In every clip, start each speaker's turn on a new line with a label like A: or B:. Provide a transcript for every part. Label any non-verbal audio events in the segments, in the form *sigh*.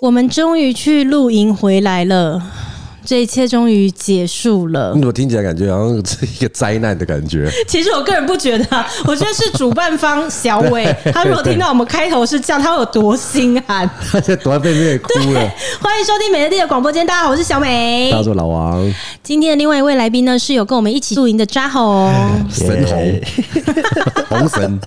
A: 我们终于去露营回来了，这一切终于结束了
B: *laughs* 你。怎么嗯听起来感觉好像是一个灾难的感觉？
A: 其实我个人不觉得、啊，我觉得是主办方小伟，他如果听到我们开头是这样，他会有多心寒。
B: 他现在 *laughs* 躲在背面哭了。
A: 欢迎收听美乐蒂的广播间，大家好，我是小美
B: 大家。说老王
A: 今天的另外一位来宾呢，是有跟我们一起露营的扎红。
B: 神红红神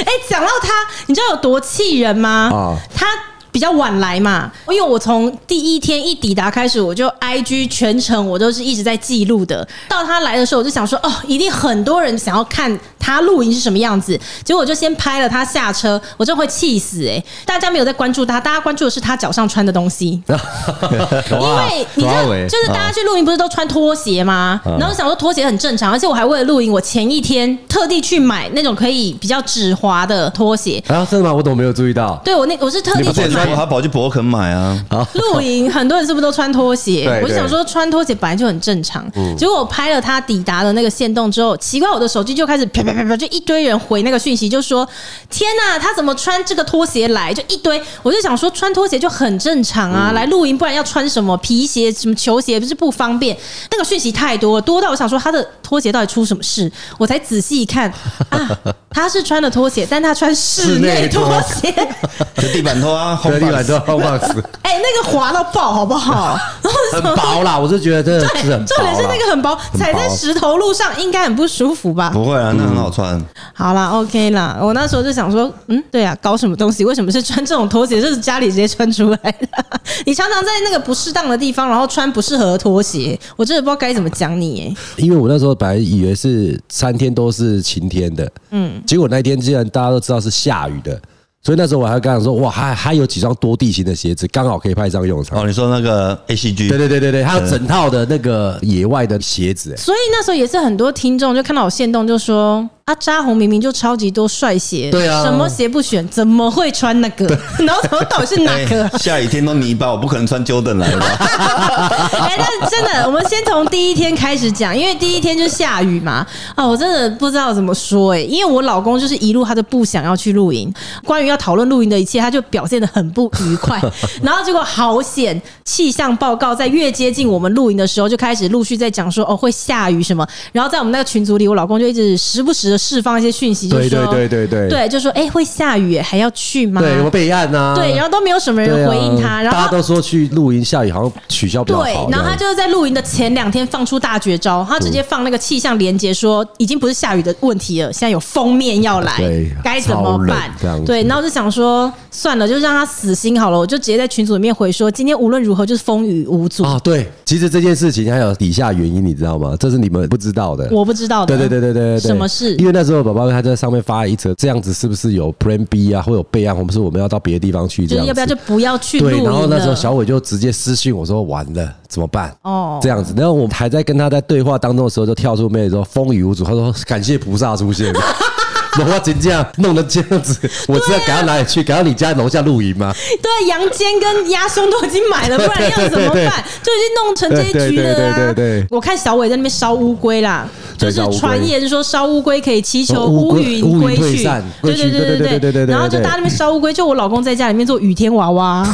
A: 哎、讲到他，你知道有多气人吗？
B: 啊
A: 他。比较晚来嘛，因为我从第一天一抵达开始，我就 I G 全程我都是一直在记录的。到他来的时候，我就想说，哦，一定很多人想要看他露营是什么样子。结果我就先拍了他下车，我真的会气死哎、大家没有在关注他，大家关注的是他脚上穿的东西。 *laughs* 因
B: 啊
A: 为你知道，就是大家去露营不是都穿拖鞋吗？然后我想说拖鞋很正常，而且我还为了露营，我前一天特地去买那种可以比较止滑的拖鞋。
B: 啊，真的吗？我怎么没有注意到？
A: 对我那我是特地
C: 之
A: 去
C: 前说
A: 买
C: 他跑去博肯买啊，
A: 露营，很多人是不是都穿拖鞋？
B: 对对
A: 我就想说穿拖鞋本来就很正常，结果我拍了他抵达的那个线洞之后，奇怪，我的手机就开始啪啪啪啪，就一堆人回那个讯息，就说：“天呐、他怎么穿这个拖鞋来？”就一堆，我就想说穿拖鞋就很正常啊，来露营不然要穿什么皮鞋、什么球鞋，不是不方便？那个讯息太多了，多到我想说他的拖鞋到底出什么事？我才仔细一看啊，他是穿了拖鞋，但他穿室
B: 室内
A: 内
B: 拖
A: 拖鞋。
C: 就地板拖
B: *laughs*
C: 啊，红
B: 对，地
C: 板
B: 板都 *laughs* box
A: 哎、那个滑到爆，好不好？然后
B: 很薄啦，我是觉得真的 *laughs* 是很薄
A: 重点是那个很薄，踩在
B: 薄
A: 石头路上应该很不舒服吧？
C: 不会啊，
B: 嗯
C: 那很好穿。
A: 好啦，OK 啦，我那时候就想说，嗯，对啊，搞什么东西？为什么是穿这种拖鞋？这是家里直接穿出来的。 *laughs* 你常常在那个不适当的地方，然后穿不适合的拖鞋，我真的不知道该怎么讲你耶。
B: 因为我那时候本来以为是三天都是晴天的，嗯，结果那一天既然大家都知道是下雨的，所以那时候我还跟他说，哇，还还有几双多地形的鞋子，刚好可以派上用场。
C: 哦，你说那个 A C G，
B: 对对对对对，还有整套的那个野外的鞋子，
A: 所以那时候也是很多听众就看到我现动就说。啊，扎红明明就超级多帅鞋，
B: 对啊
A: 什么鞋不选，怎么会穿
B: *laughs*
A: 那个？然后怎么到底是哪
C: 哎
A: 个？
C: 下雨天都泥巴，我不可能穿 Jordan 来
B: *laughs*
C: 的吧？
A: *laughs* 哎、但真的，我们先从第一天开始讲，因为第一天就下雨嘛。啊，我真的不知道怎么说哎、因为我老公就是一路他就不想要去露营，关于要讨论露营的一切，他就表现的很不愉
B: *laughs*
A: 快。然后结果好险，气象报告在越接近我们露营的时候，就开始陆续在讲说哦会下雨什么。然后在我们那个群组里，我老公就一直时不时的释放一些讯息，就
B: 对
A: 说
B: 对对对对
A: 对，就说哎、会下雨、哎还要去吗？
B: 对，我备案啊，
A: 对，然后都没有什么
B: 对
A: 人
B: 啊
A: 回应他，然后
B: 大家都说去露营下雨好像取消比较好
A: 对
B: 这样，，嗯
A: 然后他就是在露营的前两天放出大绝招，他直接放那个气象连接说，已经不是下雨的问题了，现在有封面要来
B: 对，
A: 该怎么办
B: 超冷这样？子
A: 对，然后我就想说，算了，就让他死心好了，我就直接在群组里面回说，今天无论如何就是风雨无阻，
B: 啊，对，其实这件事情还有底下原因，你知道吗？这是你们不知道的。
A: 我不知道的，
B: 对对对对对对，
A: 什么事
B: 因为那时候宝宝他在上面发了一则，这样子是不是有 Plan B 啊，或有备案？我们是我们要到别的地方去，
A: 就
B: 这
A: 是
B: 样
A: 要不要
B: 子
A: 就不要去露
B: 对，
A: 营
B: 然后那时候
A: 了。
B: 小伟就直接私信我说：“完了，怎么办？”
A: 哦
B: 哦，这样子。然后我们还在跟他在对话当中的时候，就跳出妹子说：“风雨无阻。”他说：“感谢菩萨出现。” *laughs* 我真这样弄得这样子，我
A: 啊
B: 知道赶到哪里去？赶到你家楼下露营吗？
A: 对啊，羊肩跟鸭胸都已经买了，不然要怎么
B: 对对对
A: 办？就已经弄成这一局了啊！
B: 对对对对对
A: 我看小伟在那边烧乌龟啦，就
B: 对
A: 是
B: 烧乌龟
A: 传言说烧乌龟可以祈求
B: 哦
A: 乌
B: 乌龟
A: 云
B: 乌云
A: 归
B: 退
A: 去
B: 散，
A: 对
B: 归
A: 对
B: 去
A: 对对
B: 对对对对对
A: 然后就
B: 对
A: 大家那边烧乌龟，就我老公在家里面做雨天娃娃，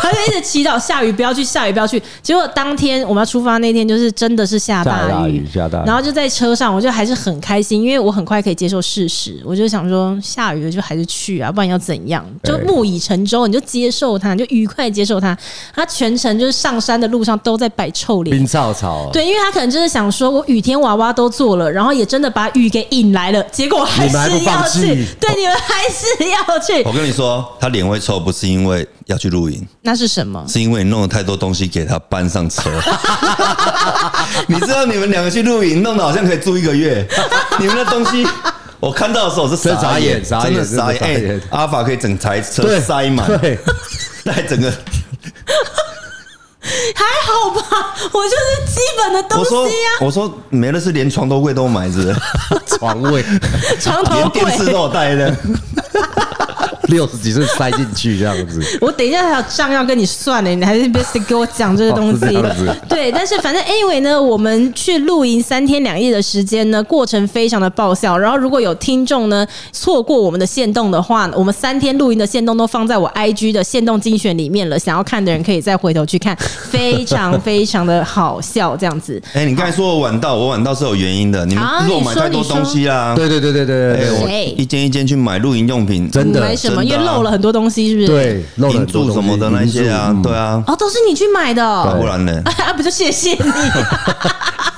A: 他就一直祈祷下雨不要去，下雨不要去。结果当天我们要出发那天，就是真的是下
B: 下
A: 大
B: 大
A: 雨
B: 雨，下大雨
A: 然后就在车上，我就还是很开心，因为我很快可以接受事实，我就想说下雨了就还是去啊，不然要怎样？就
B: 对
A: 木已成舟，你就接受它，你就愉快地接受它。他全程就是上山的路上都在摆臭脸。
B: 冰草草，啊
A: 对，因为他可能就是想说，我雨天娃娃都做了，然后也真的把雨给引来了，结果还
B: 你们还不
A: 是要
B: 放弃哦
A: 去，对，你们还是要去，
C: 我跟你说，他脸会臭，不是因为要去露营，
A: 那是什么？
C: 是因为你弄了太多东西给他搬上车。 *laughs* 你知道你们两个去露营，弄得好像可以住一个月，你们的东西。我看到的时候我是
B: 真
C: 傻眼，
B: 傻
C: 真
B: 眼
C: 的
B: 傻
C: 傻
B: 眼
C: 眼。哎
B: 真的傻眼，
C: 阿法可以整台车
B: 对，
C: 塞满，
A: *laughs*
B: 对，
C: 带整个
A: 还好吧，我就是基本的东
C: 我
A: 西啊
C: 说
A: 呀、
C: 我说没了是连床头柜都买是不是，
B: 床位。
A: 床头
C: 连
A: 柜 *laughs*
C: 电视都有带的。
B: 六十几岁塞进去这样
C: *laughs*
B: 子。
A: *laughs* 我等一下还有账要跟你算呢，你还是别给我讲这个东
B: 哦是
A: 西
B: 这样子。
A: 对，但是反正 anyway 呢，我们去露营三天两夜的时间呢，过程非常的爆笑。然后如果有听众呢错过我们的线动的话，我们三天露营的线动都放在我 IG 的线动精选里面了，想要看的人可以再回头去看，非常非常的好笑，这样子。
C: 哎、你刚才说我晚到，我晚到是有原因的，你们
A: 啊
C: 购买太多
A: 你说
C: 东西啦。
B: 对对对对对
C: 哎、
B: 对
C: 我
A: 谁
C: 一间一间去买露营用品，
B: 真的
A: 买什么？
C: 真
A: 因
C: 的啊
A: 为漏了很多东西，是不是？
B: 对，。对，漏了
C: 银
B: 很多
C: 柱
B: 东西
C: 什么的那些啊
B: 银，柱嗯
C: 对啊，
A: 哦，都是你去买的
C: 啊
A: 哦、
C: 不然
A: *laughs*
C: 呢？
A: 啊，不就谢谢你。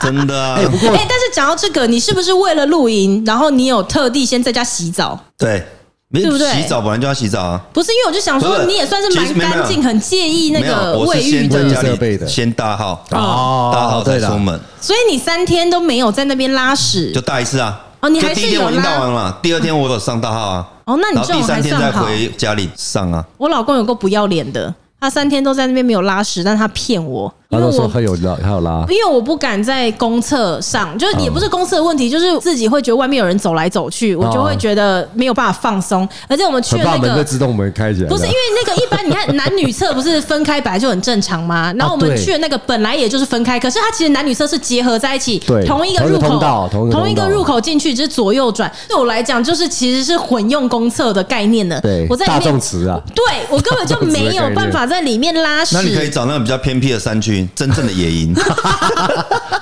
C: 真的啊
B: 哎，，不过
A: 哎、但是讲到这个，你是不是为了露营，然后你有特地先在家洗澡？
C: 对，没
A: 对不对
C: 洗澡本来就要洗澡啊，
A: 不是因为我就想
C: 不
A: 说，
C: 是
A: 你也算是
C: 其
A: 蛮
C: 实没有
A: 干净，很介意那
C: 没有，
A: 个
C: 我
A: 卫
C: 是
A: 浴
C: 先
A: 的
C: 在家
B: 卫浴设备的
C: 里先大号，大
B: 哦
C: 号
B: 对啦
C: 再出门，
A: 所以你三天都没有在那边拉屎
C: 就大一次啊。
A: 哦你还
C: 就第一
A: 是
C: 天
A: 有
C: 我已经
A: 拉
C: 大完了嘛，第二天我有上大号啊。
A: 哦那你
C: 然后
A: 这种
C: 第三天
A: 还
C: 再
A: 算好
C: 回家里上啊。
A: 我老公有够不要脸的，他三天都在那边没有拉屎，但他骗我，因
B: 他
A: 为
B: 都说
A: 我
B: 他有拉，他有拉，
A: 因为我不敢在公厕上，就是也不
C: 嗯
A: 是公厕的问题，就是自己会觉得外面有人走来走去，我就
C: 哦
A: 会觉得没有办法放松。而且我们去
B: 很
A: 了
B: 怕
A: 那
B: 门被
A: 个
B: 自动门开起来。
A: 不是因为那个一般，你看男女厕不是分开本来就很正常吗？
B: 啊
A: 然后我们
B: 对
A: 去的那个本来也就是分开，可是它其实男女厕是结合在一起，
B: 对
A: 同一个入
B: 同一
A: 口
B: 个通道同一个
A: 一个
B: 通道
A: 入口进去，就是左右转。对我来讲，就是其实是混用公厕的概念呢。
B: 对
A: 我在
B: 大
A: 里
B: 众
A: 面，*laughs*
B: 词啊，
A: 对我根
B: *laughs*
A: 本就没有办法在里面拉
C: 那你可以
A: 屎。
C: 找那种比较偏僻的山区，真正的
A: *laughs*
C: 野营，
A: 啊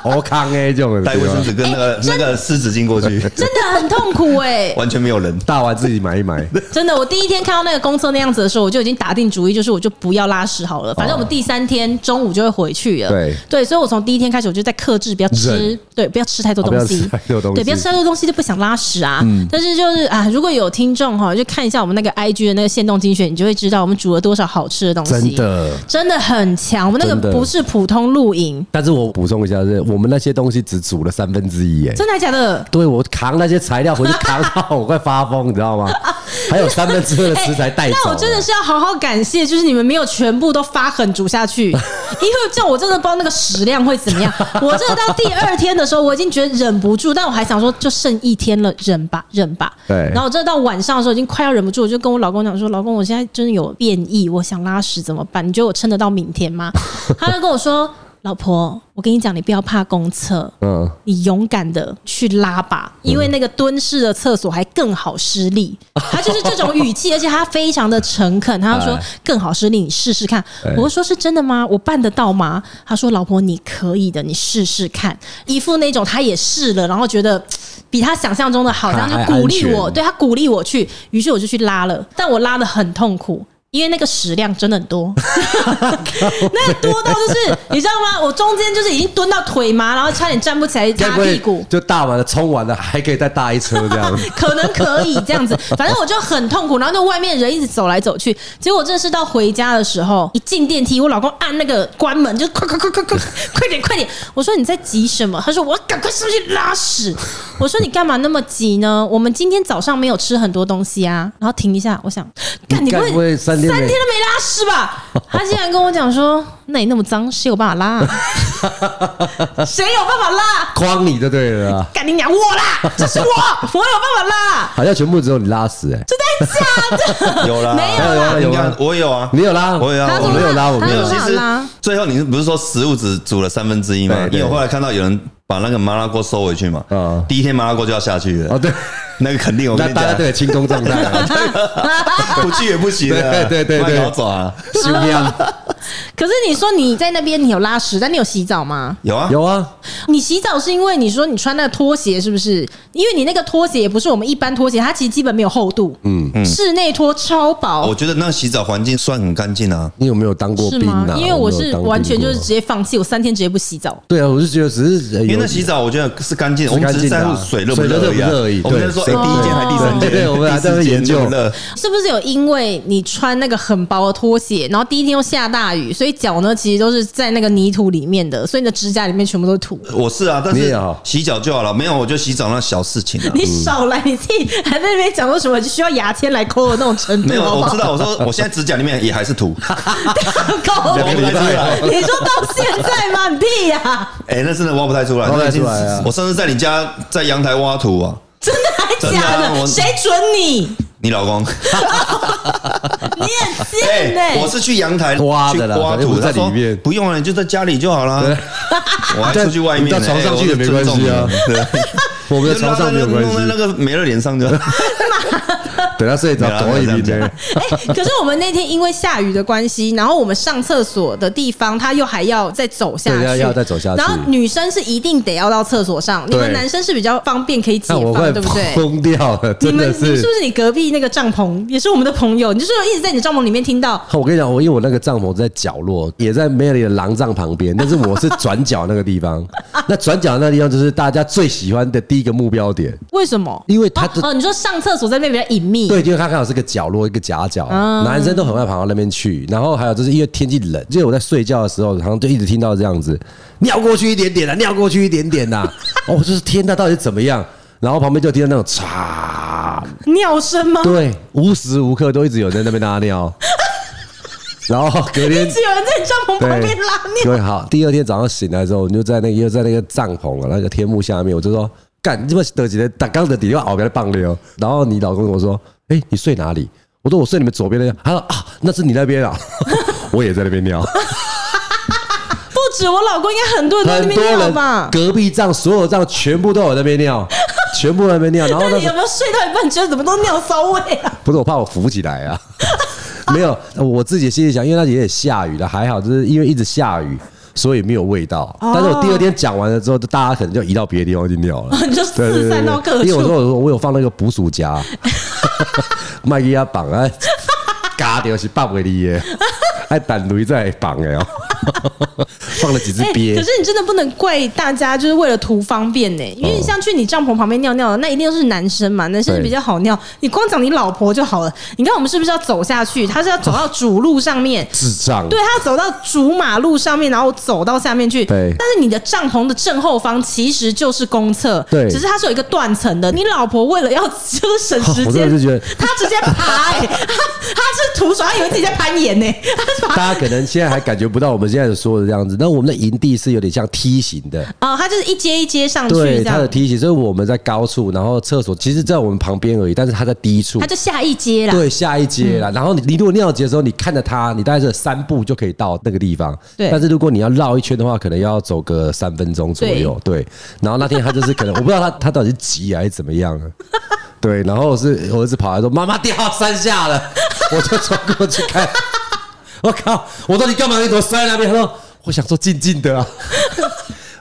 B: 我康哎这种人
C: 带卫生纸跟那个那个湿纸巾过去，
A: 哎 *laughs* 真的很痛苦哎、
C: 完全没有人。
B: 大完自己买
A: *laughs*
B: 一买，
A: 真的，我第一天看到那个公厕那样子的时候，我就已经打定主意，就是我就不要拉屎好了。反正我们第三天中午就会回去了。
B: 哦对
A: 所以我从第一天开始，我就在克制，不要吃
B: 忍，
A: 对，不要吃太多
B: 啊不
A: 东
B: 要
A: 西，
B: 吃太多东西嗯
A: 对，不要吃太多东西就不想拉屎啊。但是就是啊，如果有听众哈，就看一下我们那个 IG 的那个限动精选，你就会知道我们煮了多少好吃的东西。
B: 真。的。
A: 真的很强，我们那
B: 真
A: 个
B: 的
A: 不是普通露营，
B: 但是我补充一下，是我们那些东西只煮了三分之一哎耶。
A: 真的还假的？
B: 对我扛那些材料回去扛到我快发疯，你知道吗？
A: *laughs*
B: 还有三分之二的食材带走。
A: 哎那我真的是要好好感谢，就是你们没有全部都发狠煮下
B: *laughs*
A: 去，因为这样我真的不知道那个食量会怎么样。我真的到第二天的时候，我已经觉得忍不住，但我还想说就剩一天了，忍吧，忍吧。
B: 对
A: 然后我真的到晚上的时候，已经快要忍不住，我就跟我老公讲说：“老公，我现在真的有变异，我想拉屎怎么办？你觉得我撑得到明天吗？” *laughs* 他就跟我说：“老婆，我跟你讲，你不要怕公厕。”
B: 嗯，
A: 你勇敢的去拉吧，因为那个蹲式的厕所还更好施
B: *laughs*
A: 力。他就是这种语气，而且他非常的诚恳。他就说
B: 哎
A: 更好施力，你试试看。我就说是真的吗？我办得到吗？他说老婆，你可以的，你试试看。一副那种他也试了，然后觉得嘖比他想象中的好，这样就
B: 还
A: 鼓励
B: 安全
A: 我，对他鼓励我去。于是我就去拉了，但我拉的很痛苦。因为那个食量真的很
B: *laughs*
A: 多，那个多到就是你知道吗？我中间就是已经蹲到腿麻，然后差点站不起来
B: 该
A: 擦屁
B: 不会
A: 股。
B: 就大完了冲完了还可以再大一车
A: *laughs*
B: 这样？
A: 可能可以这样子，反正我就很痛苦，然后那外面人一直走来走去，结果真的是到回家的时候，一进电梯，我老公按那个关门，就快快快快快快点快点，我说你在急什么？他说我要赶快上去拉屎，我说你干嘛那么急呢？我们今天早上没有吃很多东西啊，然后停一下，我想，干你
B: 你该不会三
A: 三天
B: 天没
A: 都没拉屎吧？他竟然跟我讲说，那你那么脏，谁有办法拉、啊？谁有办法拉？
B: 框你就对了啊，
A: 干你娘我啦！这是我，我有办法拉。
B: 好像全部只有你拉屎哎。
C: 有
A: *laughs*
C: 啦，
A: 没有
B: 啦
C: 有
B: 有啦
C: 啦，我有啊，
B: 你有拉？
C: 我有啊
A: 他
C: 我
A: 说
C: 没
B: 有拉
A: 他
B: 我没
A: 他
C: 没有，
A: 说
C: 其
A: 他
C: 实
A: 拉
C: 最后你不是说食物只煮了三分之一吗
B: 对？对
C: 因为我后来看到有人把那个麻辣锅收回去嘛
B: 嗯，
C: 第一天麻辣锅就要下去
B: 哦，
C: 了，
B: 对，
C: 那个肯定我跟
B: 那
C: 你
B: 大家
C: 讲
B: 都，有轻功状态啊，
C: *laughs*
A: *laughs*
C: 不去也不行的，
B: 对对对对
C: 快搞走啊！
B: 是不是一样？
A: 可是你说你在那边你有拉屎，但你有洗澡吗？
C: 有啊，
B: 有啊，
A: 你洗澡是因为你说你穿那个拖鞋是不是？因为你那个拖鞋也不是我们一般拖鞋，它其实基本没有厚度，嗯，室内拖超薄
B: 啊
C: 我。觉得那洗澡环境算很干净啊。
B: 你有没有当过
A: 是
B: 兵
A: 吗
B: 啊？？
A: 因为我是完全就是直
B: 是
A: 接放弃，我三天直接不洗澡。
B: 对啊，我是觉得只是呃
C: 因为那
B: 有
C: 洗澡我觉得是干净，
B: 是
C: 我们只是在乎
B: 干
C: 水
B: 净的
C: 热
B: 啊
C: 不热
B: 水热不热而已
C: 我们在
B: 对
C: 说
B: 水
C: 哎第一间还是第三
A: 对
C: 间，
B: 对我们还在那
C: 第
B: 边
C: 四
B: 研
C: 间
B: 究
C: 热不热
A: 是不是有因为你穿那个很薄的拖鞋，然后第一天又下大雨，所以脚呢其实都是在那个泥土里面的，所以你的指甲里面全部都是土。 *laughs*
C: 我是啊，但
B: 你也
C: 是
B: 好
C: 洗脚就好了，没有我就洗澡那小事情啊。
A: 你少来，你自己还在那边讲说什么需要牙签来抠的那种程度，
C: 没有，
A: 好不
C: 我
A: 好
C: 知道，我说我现在指甲里面也还是土，
B: *laughs*
A: 狗
C: 两个礼拜啊
A: 你说到现在吗？你屁呀、
C: 哎，那真的挖不太出来，
B: 挖不太
C: 那已经
B: 出来啊
C: 我上次在你家在阳台挖土啊，
A: 真的还假
C: 真的啊
A: 的？
C: 我
A: 谁准
B: *laughs*
A: 你？
C: 你老
A: *laughs*
C: 公，
A: 你很贱
C: 哎
A: 呢
C: 我！是去阳台
B: 刮的啦
C: 去刮
B: 反正
C: 土，
B: 不在
C: 他说
B: 里面
C: 不用了，你就在家里就好了
B: 对。
C: *laughs* 我还
B: 你在
C: 出去外面，
B: 你到床上去也没关系啊
C: 哎。我
B: 我们的
C: 是尊重你对
B: 床上没有关
C: *laughs* 弄在那
B: 系，
C: 个梅勒脸上
B: *laughs*
C: 就好。
B: 等他睡着
C: 没有啊
B: 搞一
C: 没有
B: 笔
C: 这样
B: 呢。
A: 哎，可是我们那天因为下雨的关系，然后我们上厕所的地方，他又还要再走下去，
B: 对要要再走下去
A: 然后女生是一定得要到厕所上，你
B: 对
A: 们男生是比较方便可以解
B: 那我
A: 放，
B: 快
A: 对不对？
B: 疯掉了，
A: 你
B: 真
A: 们
B: 的
A: 你是不是你隔壁那个帐篷也是我们的朋友？你就是一直在你的帐篷里面听到
B: *laughs* 我跟你讲，我因为我那个帐篷在角落，也在 Mary 的廊帐旁边，但是我是转角那个地方。那转角那地方就是大家最喜欢的第一个目标点，
A: 为什么？
B: 因为它
A: 哦哦，你说上厕所在那边比较隐秘，
B: 对，就是它刚好是个角落，一个夹角，男生都很爱跑到那边去。然后还有就是因为天气冷，就是我在睡觉的时候，好像就一直听到这样子，尿过去一点点啊，尿过去一点点呐、哦，我就是天呐，到底怎么样？然后旁边就听到那种嚓，
A: 尿声吗？
B: 对，无时无刻都一直有人在那边拉尿。 *laughs* 然后隔天
A: 一直有人在帐篷 *laughs*
B: 对，
A: 旁边拉尿。
B: 对，好，第二天早上醒来之后，我们就在那个又在那个帐篷啊，那个天幕下面，我就说干，这么得几个打刚的底又熬不要棒流。然后你老公跟我说，哎、你睡哪里？我说我睡你们左边那个。他说啊，那是你那边啊， *laughs* 我也在那边尿。
A: 不止我老公，应该很多人 *laughs* 都在
B: 很
A: 那
B: 多
A: 边尿
B: 人
A: 吧？
B: 隔壁帐所有帐全部都有那边尿，全部在那边尿。然后
A: 但
B: 那
A: 你
B: 时
A: 有
B: 候
A: 没有睡到一半觉得怎么都尿骚味啊？ *laughs*
B: 不是我怕我浮不起来啊。 *laughs* 没有，我自己心里想，因为那几天也下雨了，还好，就是因为一直下雨，所以没有味道。
A: 哦
B: 但是我第二天讲完了之后，就大家可能就移到别的地方去尿
A: *laughs*
B: 了。
A: 你就
B: 对对
A: 四
B: 对
A: 散到各
B: 因为我
A: 处。
B: 说我说我有放那个捕鼠夹，
A: *laughs*
B: 麦给他绑啊，嘎掉是绑给你耶，还胆驴在绑哎哦， *laughs* 放了几只
A: 哎
B: 鳖
A: 可。是你真的不能怪大家，就是为了图方便呢、因为你像去你帐篷旁边尿尿的，那一定都是男生嘛，男生
B: 哦对
A: 比较好尿。你光讲你老婆就好了。你看我们是不是要走下去？他是要走到主路上面，
B: 智障，
A: 对，啊他走到主马路上面，然后走到下面去。
B: 对
A: 但是你的帐篷的正后方其实就是公厕，
B: 对
A: 只是它是有一个断层的。你老婆为了要就是省时
B: *laughs* 我
A: 间
B: 真的，是觉得
A: 她直接爬、欸， *laughs* 她她是徒手，她以为自己在攀岩呢、欸，她是爬。
B: 大家可能现在还感觉不到我们现在说的这样子，那我们的营地是有点像梯形的，
A: 哦，她就是一阶一阶上去
B: 对
A: 这
B: 它的
A: 样，
B: 梯形，所以我们在高处，然后厕所其实在我们旁边而已，但是它在低处
A: 她，就下一阶啦。
B: 对下一阶
A: 嗯
B: 啦。然后你你如果尿急的时候，你看着它，你大概是有三步就可以到那个地方。
A: 对
B: 但是如果你要绕一圈的话，可能要走个三分钟左右。对，然后那天他就是可能我不知道他他到底是急还是怎么样啊。对，然后是我儿子跑来说：“妈妈掉到山下了。” *laughs* 我就冲过去看， *laughs* 我靠！我说你干嘛？你怎么摔在那边？他说：“我想说静静的啊，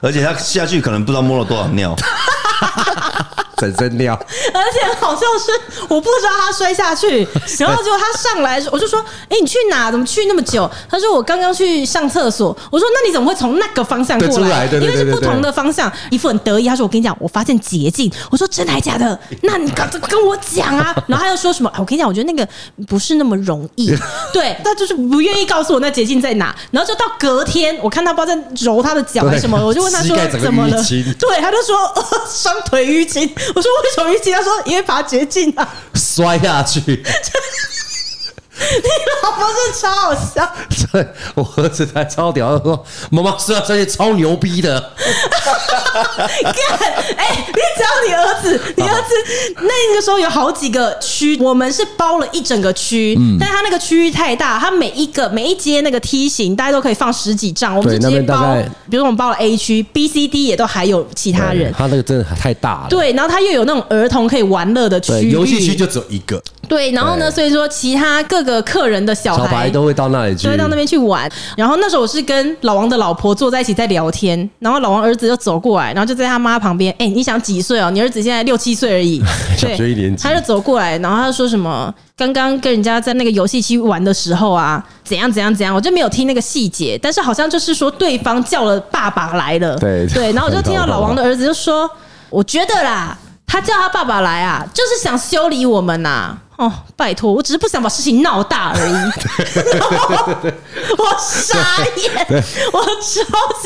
C: 而且他下去可能不知道摸了多少尿，
B: 整身尿。” *laughs*
A: *laughs* 而且好像是我不知道他摔下
B: *laughs*
A: 去，然后结果他上来的时候，我就说：“哎、你去哪？怎么去那么久？”他说：“我刚刚去上厕所。”我说：“那你怎么会从那个方向过
B: 对出来对对
A: 因为是
B: 对对
A: 不同的方向。”一副很得意，他说：“我跟你讲，我发现捷径。”我说：“真的还假的？那你跟跟我讲啊。” *laughs* 然后他又说什么？啊我跟你讲，我觉得那个不是那么容
B: *laughs*
A: 易。对，他就是不愿意告诉我那捷径在哪。然后就到隔天，我看他不知道在揉他的脚还是什么，
B: 对
A: 我就问他说
B: 膝盖：“整个
A: 怎么了
B: 淤青？”
A: 对，他就说呃双腿淤青。我说为什么淤青？他说因为爬捷径啊。 *laughs*
B: 摔下去。
A: 你老婆是超好笑，
B: 这 *laughs* 我儿子才超屌，他说妈妈啊摔下去超牛逼的。
A: 干哎、你只要你儿子，你儿子那个时候有好几个区，我们是包了一整个区，
B: 嗯
A: 但他那个区域太大，他每一个每一阶那个梯形，大家都可以放十几张，我们
B: 对
A: 是直接
B: 那边大
A: 包
B: 概，
A: 比如说我们包了 A 区、B、C、D 也都还有其他人。
B: 他那个真的太大了。
A: 对，然后他又有那种儿童可以玩乐的区
B: 对，
A: 域，
B: 游戏区就只有一个，
A: 对，然后呢，
B: 对
A: 所以说其他各个客人的小
B: 小
A: 孩
B: 白都会到那里去，
A: 就哦会到那边去玩。然后那时候我是跟老王的老婆坐在一起在聊天，然后老王儿子就走过来，然后就在他妈旁边。哎、你想几岁哦？你儿子现在六七岁
B: *laughs*
A: 而已，
B: 小学一年级
A: 他就走过来，然后他就说什么？刚刚跟人家在那个游戏区玩的时候啊，怎样怎样怎样，我就没有听那个细节，但是好像就是说对方叫了爸爸来了，
B: 对
A: 对，然后我就听到老王的儿子就说：“我觉得啦，他叫他爸爸来啊，就是想修理我们呐、哦，拜托，我只是不想把事情闹大而已。然后我傻眼，我超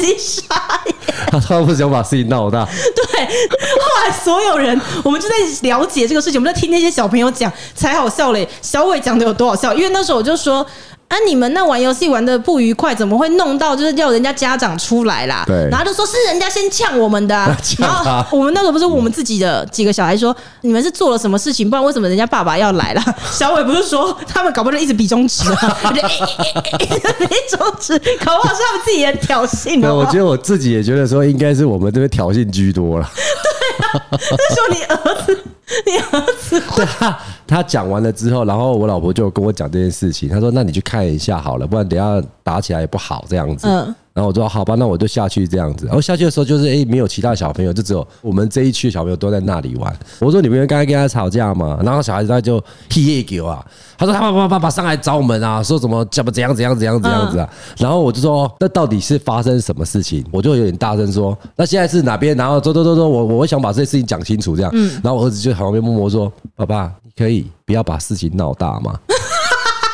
A: 级傻眼。
B: 他 *laughs* 他不想把事
A: *laughs*
B: 情闹大，
A: 对，后来所有人，我们就在了解这个事情，我们在听那些小朋友讲，才好笑嘞。小伟讲的有多好笑？因为那时候我就说。啊，你们那玩游戏玩的不愉快，怎么会弄到就是要人家家长出来啦？
B: 对，
A: 然后就说是人家先呛我们的、啊
B: *laughs* 呛
A: 然
B: 他
A: 后我们那个不是我们自己的几个小孩说，你们是做了什么事情，不然为什么人家爸爸要来啦？ *laughs* 小伟不是说他们搞不好就一直比中指啊，
B: *laughs*
A: *laughs* 我就哎哎哎哎哎比中指，搞不好是他们自己人挑衅
B: 对，
A: 哦。
B: 我
A: *laughs*
B: 觉得我自己也觉得说，应该是我们这边挑衅居多了。 *laughs*
A: 那时候你儿子， *laughs* 你儿子
B: 对他他讲完了之后，然后我老婆就跟我讲这件事情，她说：“那你去看一下好了，不然等一下打起来也不好这样子。”
A: 嗯
B: 然后我说：“好吧，那我就下去这样子。”然后下去的时候就是诶，没有其他小朋友，就只有我们这一区的小朋友都在那里玩。我说：“你们刚才跟他吵架嘛？”然后小孩子他就屁给我啊，他说：“他爸爸爸爸上来找我们啊，说怎么怎么怎样怎样怎样怎样子啊。然后我就说：“那到底是发生什么事情？”我就有点大声说：“那现在是哪边？”然后走走走走，我我想把这些事情讲清楚这样。然后我儿子就在旁边默默说：“爸爸，你可以不要把事情闹大嘛。”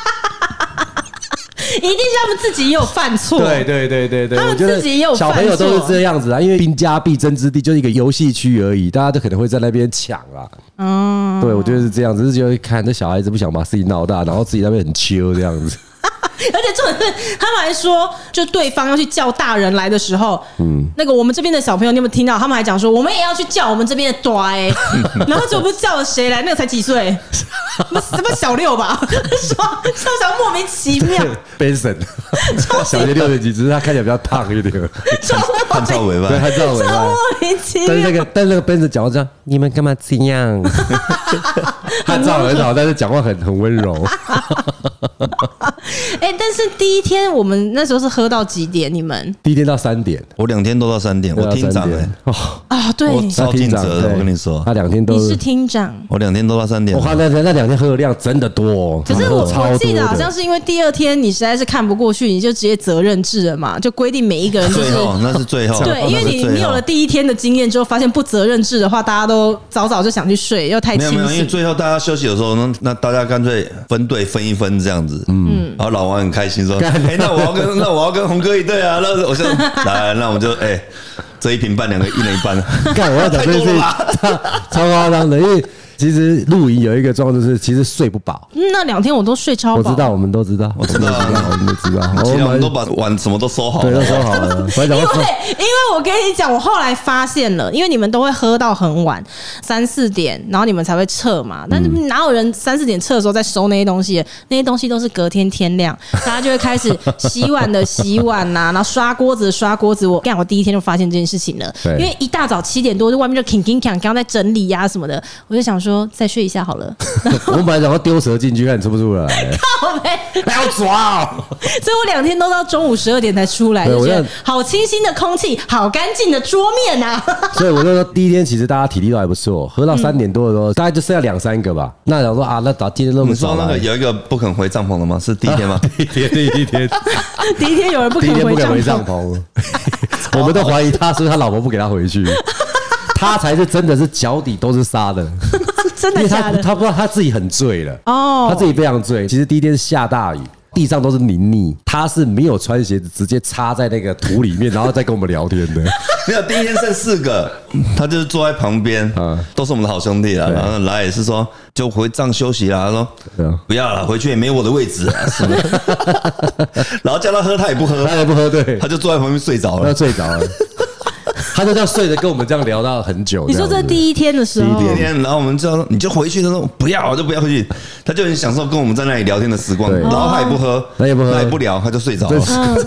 A: *laughs* 一定是他们自己也有犯错，
B: 对对对对对，
A: 他们
B: 我觉得
A: 自己也有
B: 小朋友都是这样子啊，因为兵家必争之地就是一个游戏区而已，大家都可能会在那边抢啦。
A: 嗯，
B: 对，我觉得是这样子，是觉得看这小孩子不想把事情闹大，然后自己在那边很秋这样
A: *laughs*
B: 子。
A: *laughs* 而且重点是，他们还说，就对方要去叫大人来的时候，嗯，那个我们这边的小朋友，你有没有听到？他们还讲说，我们也要去叫我们这边的短
B: *laughs*
A: 欸，然后就不叫了谁来？那个才几岁，不是不是小六吧？ *laughs* 说说想莫名其妙，
B: Benson，小学六年级，只是他看起来比较胖一点，
A: 超
C: 汉超
A: 莫
C: 委
A: 名
B: 对，
C: 吧，
B: 他知道我。
A: 超莫名其
B: 但是那
A: 妙。
B: 个，但是那个 Benson 讲话这样，你们干嘛这
A: *laughs*
B: 样？他知道很好，但是讲话很很温柔。
A: 哎、但是第一天我们那时候是喝到几点？你们
B: 第一天到三点，
C: 我两天都到三点，我厅长哎、
B: 哦，
A: 啊、对，
C: 我
B: 那
C: 超尽
B: 厅长
C: 责的，
B: 对
C: 我跟你说
B: 他，两天都
A: 你是厅长。
C: 我两天都到三点
B: 我，看那那那两天喝的量真的多、哦，
A: 可是
B: 真的
A: 我
B: 超多
A: 我记得
B: 的
A: 好像是因为第二天你实在是看不过去，你就直接责任制了嘛，就规定每一个人就
C: 最
A: 是
C: 后那是最后，
A: 对，因为你你有了第一天的经验之后，发现不责任制的话，大家都早早就想去睡，又太
C: 没有没
A: 清
C: 有，因为
A: 醒。
C: 最后大家休息的时候，那那大家干脆分队分一分这样子，嗯，然后老王很开 *laughs* 心说：“哎，那我要跟那我要跟红哥一队啊！”那我说：“来，那我们就哎，这一瓶半两个，一人一半。
B: 干，我要讲这件事情超 *laughs* 超夸张的，因为其实露营有一个状况就是，其实睡不饱。
A: 嗯那两天我都睡超
B: 我
A: 饱，
B: 知道，我们都知道，
C: 我知道啊
B: 我们都知道，我们”
C: *laughs* 其
B: 知
C: 实
B: 道我
C: *laughs* 我们
B: 们
C: 都把碗什么都收好
B: 对都
C: 了，
B: 说
A: *laughs*
B: 好了，反
A: 因
B: 正
A: 为
B: 我
A: 因
B: 说
A: 为我跟你讲，我后来发现了，因为你们都会喝到很晚，三四点，然后你们才会撤嘛。但是哪有人三四点撤的时候再收那些东西？那些东西都是隔天天亮，大家就会开始洗碗的洗碗呐、然后刷锅子的刷锅子。我干，我第一天就发现这件事情了，
B: 对
A: 因为一大早七点多，就外面就 king king 刚刚在整理呀、什么的，我就想说再睡一下好了。
B: *laughs* 我们本来想要丢蛇进去看你出不出来，
A: 靠背
B: 还要抓哦。
A: 所以我两天都到中午十二点才出来，
B: 对
A: 就觉
B: 我
A: 得
B: 要
A: 好清新的空气，好干净的桌面呐、
B: 所以我就说，第一天其实大家体力都还不错，喝到三点多的时候，大概就剩下两三个吧。那想说啊，那咋今天那
C: 嗯你
B: 么
C: 说
B: 爽
C: 那
B: 啊
C: 个？啊有一个不肯回帐篷的吗？是第一
B: *laughs*
C: 天吗？
B: 第一天，第一天，
A: *laughs* 第一天有人不
B: 第
A: 肯
B: 一天
A: 回
B: 不
A: 帐
B: 敢回
A: 篷
B: 帐，篷， *laughs* 我们都怀疑他是不是他老婆不给他回
A: *laughs*
B: 去，他才是真的是脚底都是沙的，
A: 真
B: 因
A: 的
B: 为
A: 假
B: 他
A: 的？
B: 他不知道他自己很醉了
A: 哦
B: 他自己非常醉。其实第一天是下大雨。地上都是泥泞，他是没有穿鞋子，直接插在那个土里面，然后再跟我们聊天
A: *laughs*
B: 的。
C: *laughs* 没有，第一天剩四个，他就是坐在旁边
B: 嗯，
C: 都是我们的好兄弟啦。
B: 对
C: 然后来也是说就回帐休息啦，他
B: 对
C: 说
B: 啊
C: 不要了，回去也没有我的位置啊。什么 *laughs* 然后叫他喝，他也不喝
B: 他，也不喝醉，
C: 他就坐在旁边睡着
B: 他
C: 了。
B: 睡着了，他就这样睡着跟我们这样聊到很久。
A: 你说这是
B: 样子
A: 第一天的时候
B: 第一，
C: 那天，然后我们就说你就回去，他说不要，我就不要回去。他就很享受跟我们在那里聊天的时光，
B: 对
C: 然后他也不喝，
B: 他也不喝
C: 他也不聊，他就睡着了
B: 真。是
A: 嗯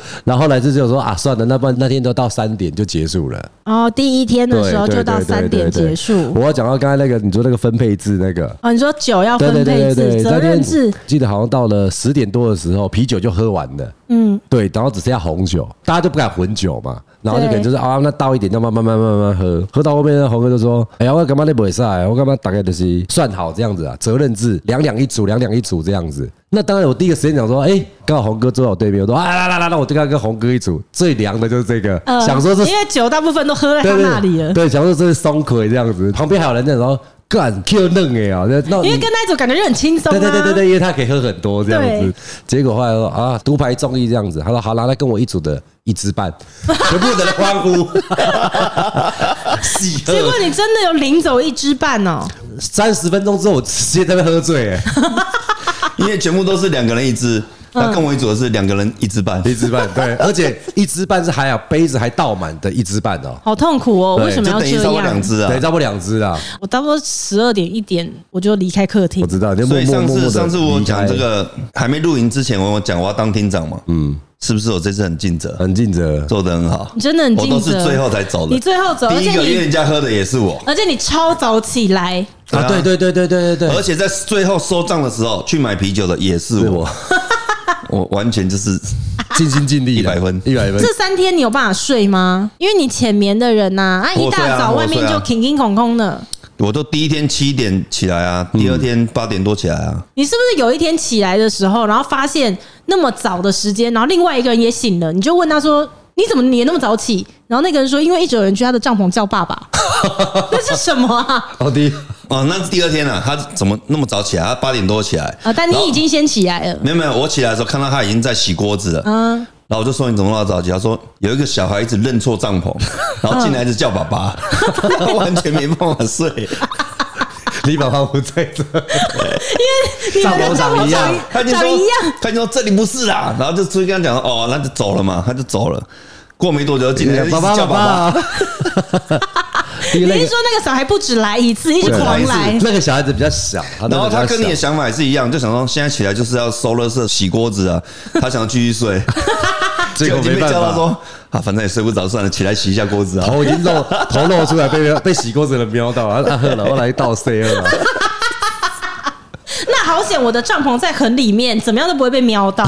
B: *laughs* 然后后来就就说啊，算了，那不然那天就到三点就结束了。
A: 哦，第一天的时候
B: 对
A: 就到
B: 对对
A: 三点
B: 对对
A: 结束
B: 我。要讲到刚才那个，你说那个分配制那个。
A: 哦，你说酒要
B: 对
A: 分
B: 对
A: 配
B: 对对
A: 制、
B: 对，
A: 责
B: 那
A: 任
B: 天
A: 制，
B: 记得好像到了十点多的时候，啤酒就喝完了，嗯，对，然后只剩下红酒，大家就不敢混酒嘛，然后就可能就是啊，那倒一点，就慢慢慢慢慢慢喝，喝到后面呢，红哥就说，哎呀，我干嘛那不会赛，我干嘛大概就是算好这样子啊，责任制，两两一组，两两一组这样子。那当然，我第一个时间讲说，哎，刚好红哥坐在我对面，我说啊，来来来来，我就跟他跟红哥一组，最凉的就是这个，
A: 呃
B: 想说是
A: 因为酒大部分都喝在
B: 对
A: 他
B: 对
A: 那里了，
B: 对，想说这是松葵这样子，旁边还有人在说干 Q 嫩哎啊，那那
A: 因为跟那一组感觉就很轻松啊。
B: 对对对对对，因为他可以喝很多这样
A: 对
B: 子。结果后来说啊，独排众议这样子，他说好啦，那跟我一组的一
A: *laughs*
B: 支半，全部的人欢呼， *laughs* 喜
A: 结果
B: 喝。
A: 你真的有领走一支半哦，
B: 三十分钟之后，我直接在那边喝醉、欸，
C: *laughs* 因为全部都是两个人一支，那跟我一组的是两个人一支半，
B: 嗯一支半，对，而且一支半是还有杯子还倒满的一支半哦，
A: 好痛苦哦！
B: 对
A: 为什么
C: 就
A: 要
C: 等于
A: 这
C: 超过两
A: 样？
C: 支啊
B: 对，。差不多两支啦，
A: 我差不多十二点一点我就离开客厅
B: 我，知道，你就
C: 所
B: 默
C: 以
B: 默
C: 上
B: 默默
C: 次
B: 的
C: 上次我讲这个还没露营之前，我有讲我要当厅长嘛，嗯，是不是我这次很尽责，
B: 很尽责，
C: 做的很好，
A: 你真的很
C: 我
A: 尽责。
C: 都是最后才走的，
A: 你最后走，而
C: 第一
A: 且
C: 个约
A: 你
C: 人家喝的也是我，
A: 而且你超早起来，
B: 啊，对对对对对
A: 嗯
B: 对
C: 而
B: 对，
C: 且在最后收账的时候去买啤酒的也是
B: 是
C: 我
B: 我，
C: 我完全就是
B: 尽心尽力啦，
C: 100分
B: 一百分
A: 这，三天你有办法睡吗？因为你浅眠的人呐、啊，一
C: 我睡啊
A: 大早
C: 我
A: 外面
C: 睡啊
A: 就空空空空的。
C: 我都第一天七点起来啊，
B: 嗯
C: 第二天八点多起来啊，
A: 你是不是有一天起来的时候，然后发现那么早的时间，然后另外一个人也醒了，你就问他说：“你怎么也那么早起？”然后那个人说：“因为一直有人去他的帐篷叫爸爸。”那是什么啊？
B: 好的，
C: 哦，那第二天啊，他怎么那么早起来？他八点多起来
A: 啊！但你已经先起来了，
C: 没有没有，我起来的时候看到他已经在洗锅子了，
A: 嗯，
C: 然后我就说你怎么那么早起？他说有一个小孩一直认错帐
A: *laughs*
C: 篷，然
A: 嗯
C: 后进来一直叫爸爸，完全没办法睡。
B: 李宝宝不在这，
A: 你们的
B: 帐
A: 帐
B: 篷
A: 篷
B: 一样
C: 他
A: 长
C: 就
A: 长
C: 说
A: 一样，
C: 他就说这里不是啦，然后就出去跟他讲说哦，那就走了嘛，他就走了。过没多久进来一直
B: 哎爸爸
C: 叫
B: 爸
C: 爸
B: 爸，第一
A: *laughs* 你
B: 类
A: 是说那个小孩不止来一次，一直
C: 不止来
A: 狂
C: 一次
A: 来？
B: 那个小孩子比较小，
C: 然
B: 那个
C: 后他
B: 比较
C: 跟你的
B: 小
C: 想法也是一样，就想说现在起来就是要收垃圾、洗锅子啊，他想要继续睡，
B: 结
C: 结
B: 果
C: 果已经
B: 没
C: 被
B: 办
C: 叫
B: 法
C: 到说啊，反正也睡不着，算了，起来洗一下锅子啊。
B: 头已经露 *laughs* 头露出来，被被洗锅子的人瞄到，啊，喝了，后来倒 C 二
A: *laughs*
B: 了，
A: 那好险，我的帐篷在很里面，怎么样都不会被瞄到。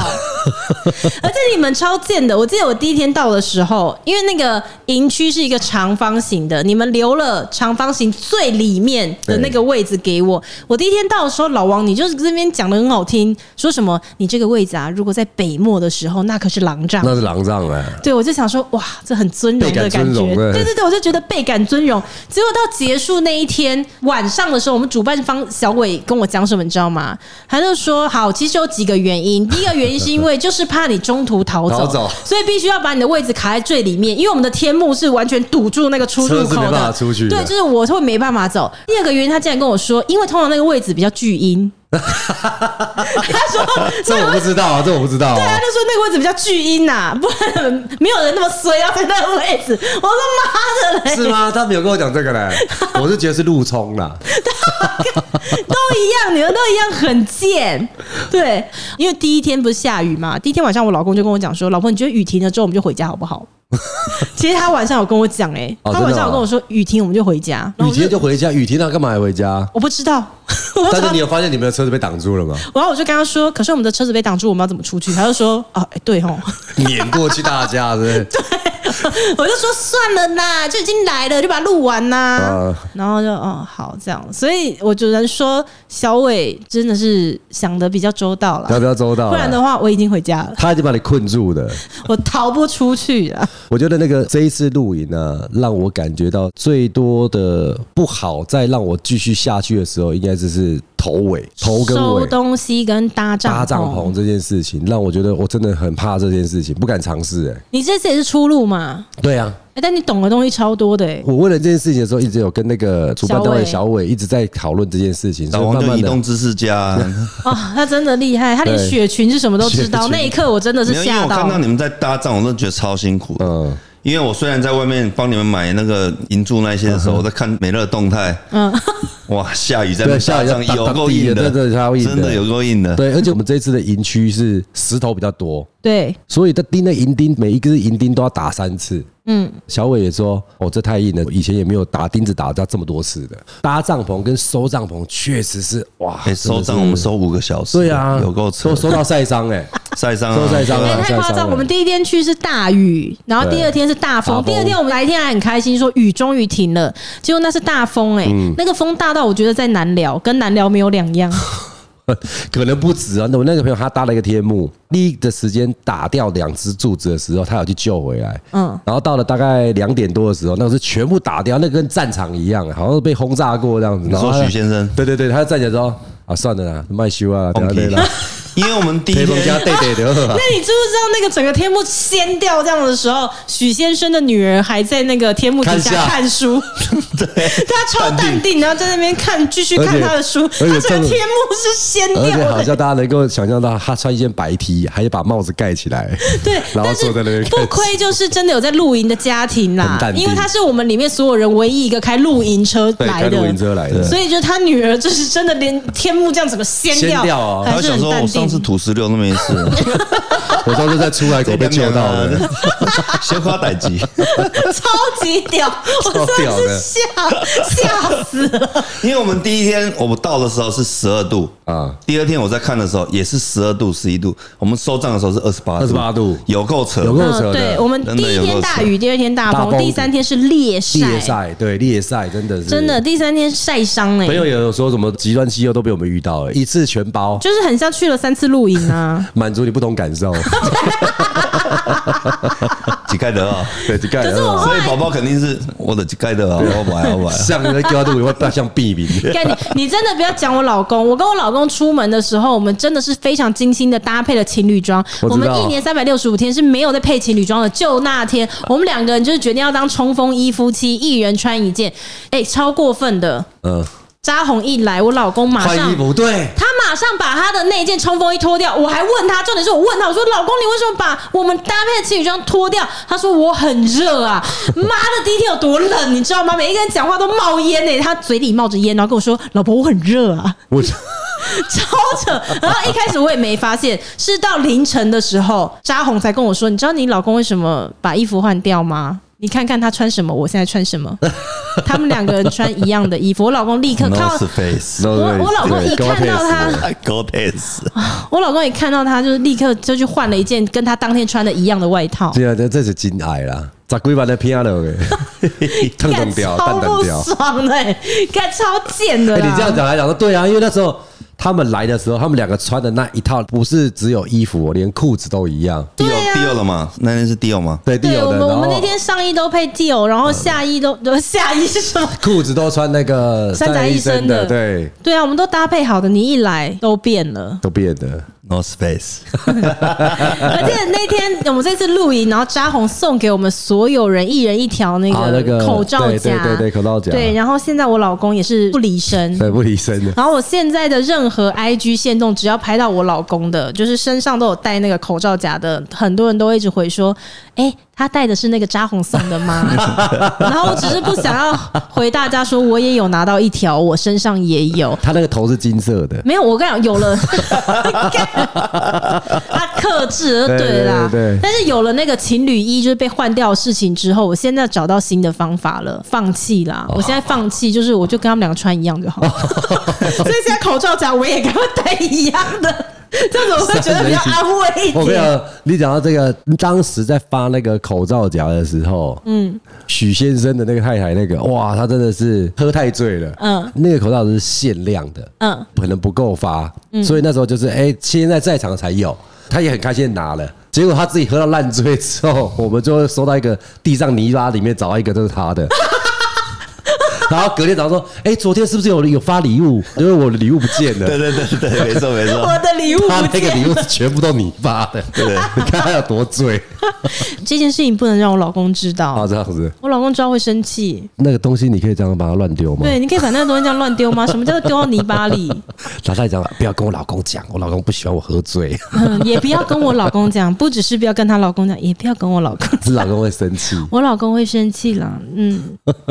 A: 而且你们超贱的，我记得我第一天到的时候，因为那个营区是一个长方形的，你们留了长方形最里面的那个位置给我。我第一天到的时候，老王你就是这边讲的很好听，说什么你这个位置啊，如果在北漠的时候，那可是狼帐。
B: 那是狼仗哎，
A: 对，我就想说，哇，这很尊荣的
B: 倍感
A: 感
B: 尊
A: 觉。
B: 荣对
A: 对对对，我就觉得倍感尊荣。结果到结束那一天晚上的时候，我们主办方小伟跟我讲什么，你知道吗？他就说，好，其实有几个原因。第一个原因是因为就是怕你中途逃走，
B: 逃走
A: 所以必须要把你的位置卡在最里面，因为我们的天幕是完全堵住那个出入
B: 车子
A: 口
B: 没办法
A: 的，
B: 出去的
A: 对，就是我会没办法走。第二个原因，他竟然跟我说，因为通常那个位置比较巨
B: *laughs*
A: 阴。他说：“
B: 这我不知道啊，这我不知道
A: 对啊， *laughs*
B: 啊
A: 就，说那个位置比较巨阴呐、不然没有人那么衰要在那个位置。我说妈的嘞，
B: 是吗？他没有跟我讲这
A: *laughs*
B: 个嘞，我是觉得是路冲啦，
A: 都一样，你们都一样很贱。对，因为第一天不是下雨嘛，第一天晚上我老公就跟我讲说，老婆你觉得雨停了之后我们就回家好不好？ *laughs* 其实他晚上有跟我讲哎、
B: 哦
A: 他
B: 真的
A: 晚上有
B: 哦
A: 跟我说雨停我们就回家，然后我
B: 雨
A: 就
B: 停就回家，雨停他干嘛还回家？
A: 我不知道， *laughs* 我不知
B: 但
A: 道
B: 是你有发现你们的车子被挡住
A: *laughs*
B: 了吗？
A: 然后我就跟他说，可是我们的车子被挡住，我们要怎么出去？他就说，哦， *laughs* 哎对吼。
B: 碾过去大
A: *laughs*
B: 家，对不对？
A: 我就说算了啦，就已经来了，就把它录完啦。
B: 啊
A: 然后就哦好这样，所以我只能说小伟真的是想的比较周到
B: 要
A: 了，
B: 不要周到啊？
A: 不然的话我已经回家
C: *laughs*
A: 了，
B: 他已经把你困住了。
A: 我逃不出去了。
B: 我觉得那个这一次露营啊，让我感觉到最多的不好，在让我继续下去的时候，应该就是头尾、头跟
A: 收
B: 尾。
A: 东西跟搭帐
B: 搭帐篷，这件事情，让我觉得我真的很怕这件事情，不敢尝试。哎，
A: 你这次也是出路嘛？
B: 对啊，
A: 哎，但你懂的东西超多
B: *laughs*
A: 的、欸，
B: 我为了这件事情的时候，一直有跟那个主办单位小伟一直在讨论这件事情，所以
C: 老王
B: 慢
C: 就
B: 慢
C: 移
B: 的
C: 动知识家啊、
A: *laughs* 哦，他真的厉害，他连
B: 对
A: 雪裙是什么都知
B: 雪
A: 道。
B: 裙
A: 那一刻我真的是
C: 没有，因为
A: 吓
C: 我看到
A: 到。
C: 你们在搭帐，我真的觉得超辛苦。
B: 嗯
C: 嗯，因为我虽然在外面帮你们买那个银柱那些的时
B: 嗯
C: 候，我在看美乐的动态，
A: 嗯，
C: 哇，下雨在
B: 对
C: 那
B: 下
C: 搭
B: 雨
C: 帐
B: 要
C: 有
B: 打
C: 够硬的，
B: 打地的真的超硬的
C: 真的有够硬的。
B: 对，而且我们这次的营区是石头比较多，
A: 对，
B: 所以他钉的银钉，每一根银钉都要打三次。嗯，小伟也说，哦，这太硬了，以前也没有打钉子打到这么多次的。搭帐篷跟收帐篷确实是哇，
C: 哎，
B: 真
C: 收
B: 的
C: 帐
B: 是
C: 我们收五个小时，
B: 对啊，
C: 有够
B: 收
C: 扯，
B: 收到晒伤哎， *laughs*
C: 晒伤啊，
B: 收晒伤啊
A: 哎、太夸
B: 吓死
A: 张！
B: 我
A: 我们第一天去是大雨，然后第二天是大
B: 大
A: 风，
B: 风
A: 第二天我们来一天还很开心，说雨终于停了，结果那是大风哎、
B: 嗯
A: 那个风大到我觉得在南寮跟南寮没有两
B: *laughs*
A: 样，
B: 可能不止啊。那我那个朋友他搭了一个天幕，第一的时间打掉两只柱子的时候，他有去救回来。嗯
A: 嗯，
B: 然后到了大概两点多的时候，那个是全部打掉，那跟战场一样，好像被轰炸过这样子。
C: 你
B: 然后
C: 说
B: 他
C: 许先生
B: 对对对，他站起来说啊，算了啦，卖修啊，等下累了。
C: 因为我们第一
B: 陪
C: 天
B: 蒙家对对
A: *laughs*
B: 的好啊
A: 那，你知不知道那个整个天幕掀掉这样的时候，许先生的女儿还在那个天幕底
B: 看
A: 下
B: 下
A: 看
B: *laughs*
A: 书，
C: 对，
A: 她超淡定，然后在那边看，继续看
B: 而且
A: 她的书，她
B: 而且
A: 整
B: 真
A: 个
B: 的
A: 天幕是掀
B: 而且
A: 掉
B: 好
A: 的。
B: 像大家能够想象到，他穿一件白 T，还把帽子盖
A: *laughs*
B: 起来，
A: 对，
B: 然后
A: 但是
B: 坐在那边看
A: 不亏就是真的有在露营的家庭啦
B: 很，淡定
A: 因为他是我们里面所有人唯一一个开露营车
B: 对，
A: 来
B: 开
A: 的
B: 露营，车来的，
A: 所以就他女儿就是真的连天幕这样整个掀
B: 掀掉哦
A: 还
C: 他
A: 是
C: 想
A: 很
C: 说
A: 淡
C: 我
A: 定
C: 上。次吐石榴都
B: *laughs*
C: 没事，
B: 我上次在出海口被救到
A: *laughs*
C: 这
B: 了
C: 两， *laughs* 鲜花逮
A: *laughs*
C: 鸡，
A: 超级屌，我真
B: 屌
A: 的
B: 的
A: 是吓吓死了。
C: 因为我们第一天我们到的时候是十二度
B: 啊
C: 啊，第二天我在看的时候也是十二度、十一度，我们收账的时候是二十八、
B: 28度
C: 有够扯，
B: 有够扯的
A: 嗯对我们
C: 真
A: 第
C: 的
A: 一
C: 有
A: 天
C: 够
A: 大
C: 扯
A: 雨，第二天大
B: 大
A: 风，
B: 风
A: 第三天是烈晒，
B: 猎赛，对猎赛真的是
A: 真的，第三天晒伤哎、
B: 朋友也有说什么极端气候都被我们遇到、欸，一次全包，。
A: 就是很像去了三次露营啊
B: 满足你不同
A: *laughs*
B: 感受。
C: 几盖德啊！
B: 对，你看，
A: 可是我后
C: 所以
A: 来
C: 宝宝肯定是我的几盖德啊，我买我
B: *laughs*
C: 买。
B: 像那个高度，会像避免。
A: *laughs* 干你，你真的不要讲我老公。我跟我老公出门的时候，我们真的是非常精心的搭配了情侣装。
B: 我知道
A: 们一年三百六十五天是没有在配情侣装的，就那天我们两个人就是决定要当冲锋衣夫妻，一人穿一件。哎、超过分的！
B: 嗯，
A: 扎红一来，我老公马上
B: 换衣服，对，
A: 他马上把他的那件冲锋衣脱掉，我还问他，重点是我问他，我说老公，你为什么把我们搭配的情侣装脱掉？他说我很热
B: *laughs*
A: 啊，妈的，第一天有多冷，你知道吗？每一个人讲话都冒烟呢、欸他嘴里冒着烟，然后跟我说，老婆，我很热啊， *laughs*
B: 我
A: 超扯。然后一开始我也没发现，是到凌晨的时候，扎红才跟我说，你知道你老公为什么把衣服换掉吗？你看看他穿什么，我现在穿什么。他们两个人穿一样的衣服，我老公立
B: *laughs*
A: 刻看到
C: No space，
A: 我我老公一看到他，
C: 狗配 *laughs* 死，
A: 我老公一看到他，就是立刻就去换了一件跟他当天穿的一样的外套，
B: 对啊，这这是真爱啦，十几万的骗了哎，
A: *laughs*
B: 烫
A: 干
B: 烫掉，
A: 超
B: 淡淡
A: 不
B: 掉。
A: 爽的、欸，干超贱的
B: 哎，
A: 啦、
B: 你这样讲来讲说对啊，因为那时候他们来的时候，他们两个穿的那一套不是只有衣服哦，连裤子都一样。
C: 迪奥迪奥了吗？那天是迪奥吗？
B: 对，
A: 对
B: 有
A: 我们
B: 的，然
A: 我
B: 后
A: 们那天上衣都配 Dior，然后下衣都 *laughs* 都下衣是什么？
B: 裤子都穿那个
A: 三宅一生的
B: 的，对，
A: 对啊，我们都搭配好的，你一来都变
B: *laughs*
A: 了。
B: 都变的。
C: No space，
A: 而且那天我们这次露营，然后扎红送给我们所有人一人一条那
B: 啊那
A: 个
B: 个
A: 口罩
B: 对
A: 夹，
B: 对对对口罩夹
A: 对，然后现在我老公也是不离身，
B: 对，不离身的。
A: 然后我现在的任何 IG 线动，只要拍到我老公的，就是身上都有戴那个口罩夹的，很多人都会一直回说：“哎、他戴的是那个扎红送的吗？” *laughs* 然后我只是不想要回大家说，我也有拿到一条，我身上也有。
B: 他那个头是金色的，
A: 没有，我跟你讲，有
B: *laughs*
A: 了， *laughs* 他克制就对啦。
B: 对对对
A: 但是有了那个情侣衣，就是被换掉的事情之后，我现在找到新的方法了，放弃啦。
B: 哦
A: 我现在放弃，就是我就跟他们两个穿一样就
B: *laughs*
A: 好了。所以现在口罩夹我也跟他们戴一样的，这样子我会觉得比较安慰一
B: 我跟你
A: 点。
B: 讲，你讲到这个，当时在发那个口罩夹的时候，嗯，许先生的那个太太，那个哇，他真的是喝太醉了，
A: 嗯
B: 嗯，那个口罩是限量的，
A: 嗯
B: 嗯，可能不够发，所以那时候就是，哎，现在在场才有，他也很开心地拿了。结果他自己喝到烂醉之后，我们就会收到一个地上泥巴里面找到一个，这是他 *laughs* 的。然后隔天早上说：“哎，昨天是不是有有发礼物？因为我的礼物不见了。”
C: *laughs* 对对对
B: *laughs*
C: 对，没错没错。
A: 我的礼物
B: 他
A: 不
B: 那个
A: 见
B: 礼物是全部都你发的，对，你看他有多醉
A: 这件事情不能让我老公知
B: 啊！
A: 道，
B: 这样子，
A: 我老公知道会生气。
B: 那个东西你可以这样把它乱丢吗？
A: 对，你可以把那个东西这样乱丢吗？什么叫做丢到泥巴里？
B: 然后他讲不要跟我老公讲，我老公不喜欢我喝醉， *laughs*
A: 嗯，也不要跟我老公讲，不只是不要跟她老公讲，也不要跟我老公 *laughs* 讲，
B: 是老公会生 *laughs* 气。
A: 我老公会生气啦。嗯，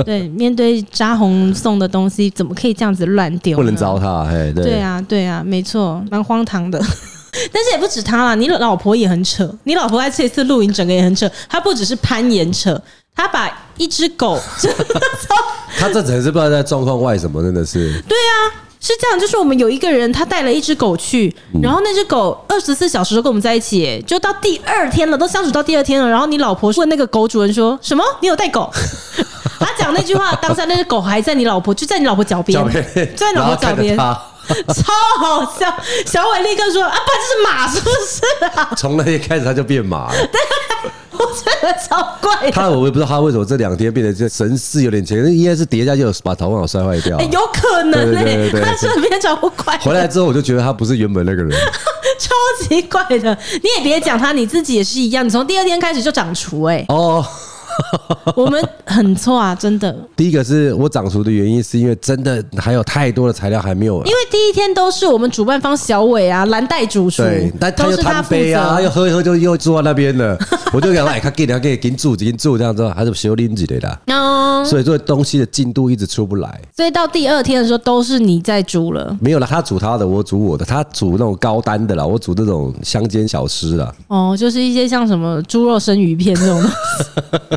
A: 对，面对扎红送的东西，怎么可以这样子乱丢？
B: 不能糟。蹋，哎，啊对
A: 对，啊，对啊，没错，蛮荒唐的。 *laughs* 但是也不止他啦，你老婆也很扯。你老婆在这次露营整个也很扯，她不只是攀岩扯，她把一只狗， *laughs*
B: 他这只是不知道在状况外什么，真的是，
A: 对啊。是这样，就是我们有一个人，他带了一只狗去，
B: 嗯
A: 然后那只狗二十四小时都跟我们在一起，哎就到第二天了，都相处到第二天了。然后你老婆问那个狗主人说什么？你有带
B: *laughs*
A: 狗？他讲那句话，当下那只狗还在你老婆，就在你老婆脚
B: *laughs*
A: 边，在你老
B: 然后
A: 婆脚
B: 看着
A: 边，
B: 他，
A: *laughs* 超好笑。小伟立刻说：“啊，爸，这是马是不是啊 *laughs*
B: 从那天开始他就变马了。？”
A: 我真的超怪的。
B: 他我也不知道他为什么这两天变得这神似有点前，应该是叠加就有把头发有摔坏掉
A: 哎、。有可能
B: 对
A: 哎、
B: 对对对对
A: 他是变超怪的。
B: 回来之后我就觉得他不是原本那个人，
A: *laughs* 超级怪的。你也别讲他，你自己也是一样，你从第二天开始就长厨哎、
B: 哦。
A: 我们很错啊，真的。
B: 第一个是我长厨的原因，是因为真的还有太多的材料还没有
A: 因。为第一天都是我们主办方小伟啊、蓝带主厨
B: 对，，但他
A: 都
B: 又
A: 是他
B: 贪
A: 负
B: 杯啊，
A: 责
B: 又。喝一喝就又坐在那边了。我就讲，哎，他给他给给住给住这样子，还是修拎之类的啊。
A: 嗯，
B: 所以这东西的进度一直出不来。
A: 所以到第二天的时候都是你在煮了
B: 没有了，他煮他的，我煮我的。他煮那种高单的啦，我煮那种乡间小吃啦。
A: 哦，就是一些像什么猪肉生鱼片这种东西。 *laughs*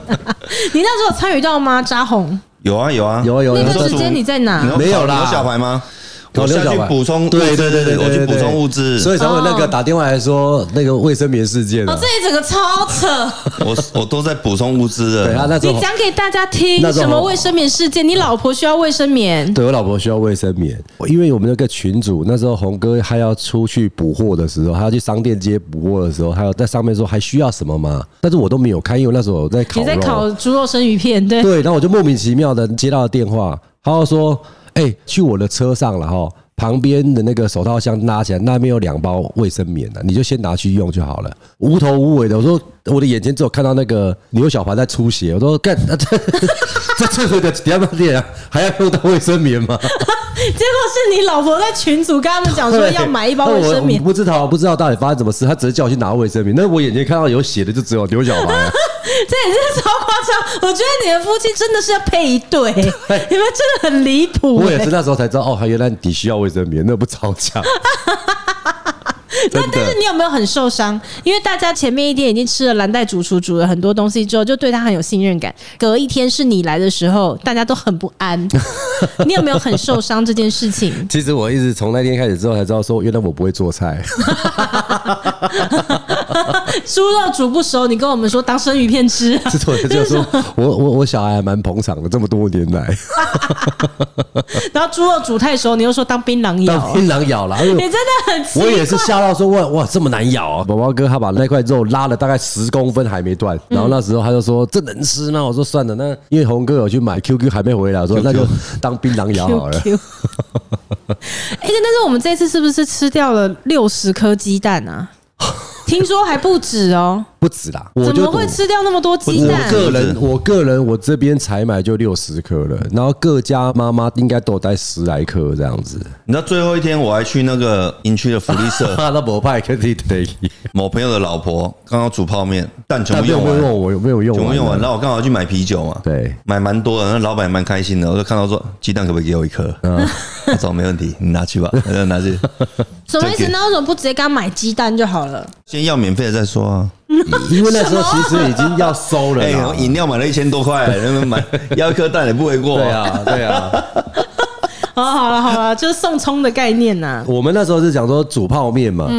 A: 你那时候有参与到吗？扎红
C: 有啊有啊
B: 有啊有啊
A: 那
B: 有
A: 段
B: 啊
A: 时间你在哪？
B: 没有啦
C: 牛小排吗？
B: 搞
C: 我
B: 六
C: 下
B: 角
C: 去
B: 吧
C: 补充物资，
B: 对对对对，对
C: 我去补充物
B: 对
C: 资。
B: 所以才会那个打电话来说那个卫生棉事件
A: 哦
B: 啊，
A: 这。一整个超
B: *laughs*
A: 扯。
C: 我我 *laughs* 都在补充物资
B: 对啊，
C: 的。
B: 那时
A: 你
B: 候
A: 讲给大家听
B: 那种
A: 什么卫生棉事件？你老婆需要卫生棉，
B: 对我老婆需要卫生棉，因为我们那个群主那时候红哥他要出去补货的时候，他要去商店街补货的时候，他有在上面说还需要什么吗？但是我都没有看，因为那时候我在烤
A: 你
B: 肉。
A: 在烤猪肉生鱼片，对，
B: *laughs* 对，然后我就莫名其妙的接到电话，他就说：“哎、去我的车上了哈，旁边的那个手套箱拉起来，那边有两包卫生棉的、你就先拿去用就好了。”无头无尾的，我说我的眼前只有看到那个牛小盘在出血，我说干，啊、 *laughs* 这这这个的两百点还要用到卫生棉吗？
A: 结果是你老婆在群组跟他们讲说要买一包卫生棉
B: 我，我不知道不知道到底发生什么事，他只是叫我去拿卫生棉，那我眼前看到有血的就只有牛小盘、啊。
A: 这也是超夸张。我觉得你的夫妻真的是要配一对，你们真的很离谱、
B: 我也是
A: 欸。
B: 那时候才知道，哦，原来你需要卫生棉，那不吵架。
A: *laughs* 那
B: 真的
A: 但是你有没有很受伤？因为大家前面一天已经吃了蓝带主厨煮了很多东西之后，就对他很有信任感。隔一天是你来的时候，大家都很不
B: *laughs*
A: 安。你有没有很受伤这件事情？
B: 其实我一直从那天开始之后才知道，说原来我不会做菜， *laughs*
A: 猪肉煮不熟，你跟我们说当生鱼片
B: *laughs*
A: 吃、
B: 这是我就说我我我小孩还蛮捧场的，这么多年
A: *laughs*
B: 来，
A: 然后猪肉煮太熟，你又说当槟榔
B: 当
A: 咬，
B: 槟榔咬了，哎呦
A: *laughs* 你真的很奇
B: 我也是吓到说哇哇这么难咬啊！宝宝哥他把那块肉拉了大概十公分还没断，
A: 嗯
B: 然后那时候他就说这能吃吗？我说算了，那因为红哥有去买 QQ 还没回来，我说
C: QQ
B: 那就当槟榔咬好了
A: Q。Q。哎、但是我们这次是不是吃掉了六十颗鸡蛋
B: *laughs*
A: 啊？听说还不止哦，
B: 不止啦，我
A: 怎
B: 就
A: 么会吃掉那么多鸡蛋
B: 我？个人，我个人，我这边采买就六十颗了，然后各家妈妈应该都有带十来颗这样
C: *laughs*
B: 子。
C: 你知道最后一天我还去那个营区的福利社，
B: *laughs* 那不派肯定得。
C: 某朋友的老婆刚好煮泡面，蛋全
B: 但
C: 部
B: 没有
C: 用
B: 没有
C: 完
B: 用，，我有没有用
C: 全部
B: 完？
C: 用完。啊然后我刚好去买啤酒嘛， *laughs*
B: 对，
C: 买蛮多的，那老板也蛮开心的。我就看到说，鸡蛋可不可以给我一颗？
B: 嗯
C: 他说哦没问题，你
B: *laughs*
C: 拿去吧，我就拿去，
A: 什么意思
C: 这
A: 呢？
C: 个
A: 那为什么不直接给他买鸡蛋就好了？
C: 先要免费的再说啊。
B: 因为那时候其实已经要收了
C: *laughs* 哎，
B: 啦
C: 我。饮料买了一千多
B: *laughs*
C: 块，那么买要一颗蛋也不为过。
B: 对，啊，对啊，
A: *laughs* 哦，好了好了，就是送葱的概念
B: *laughs*
A: 呐、？
B: 我们那时候是讲说煮泡面嘛，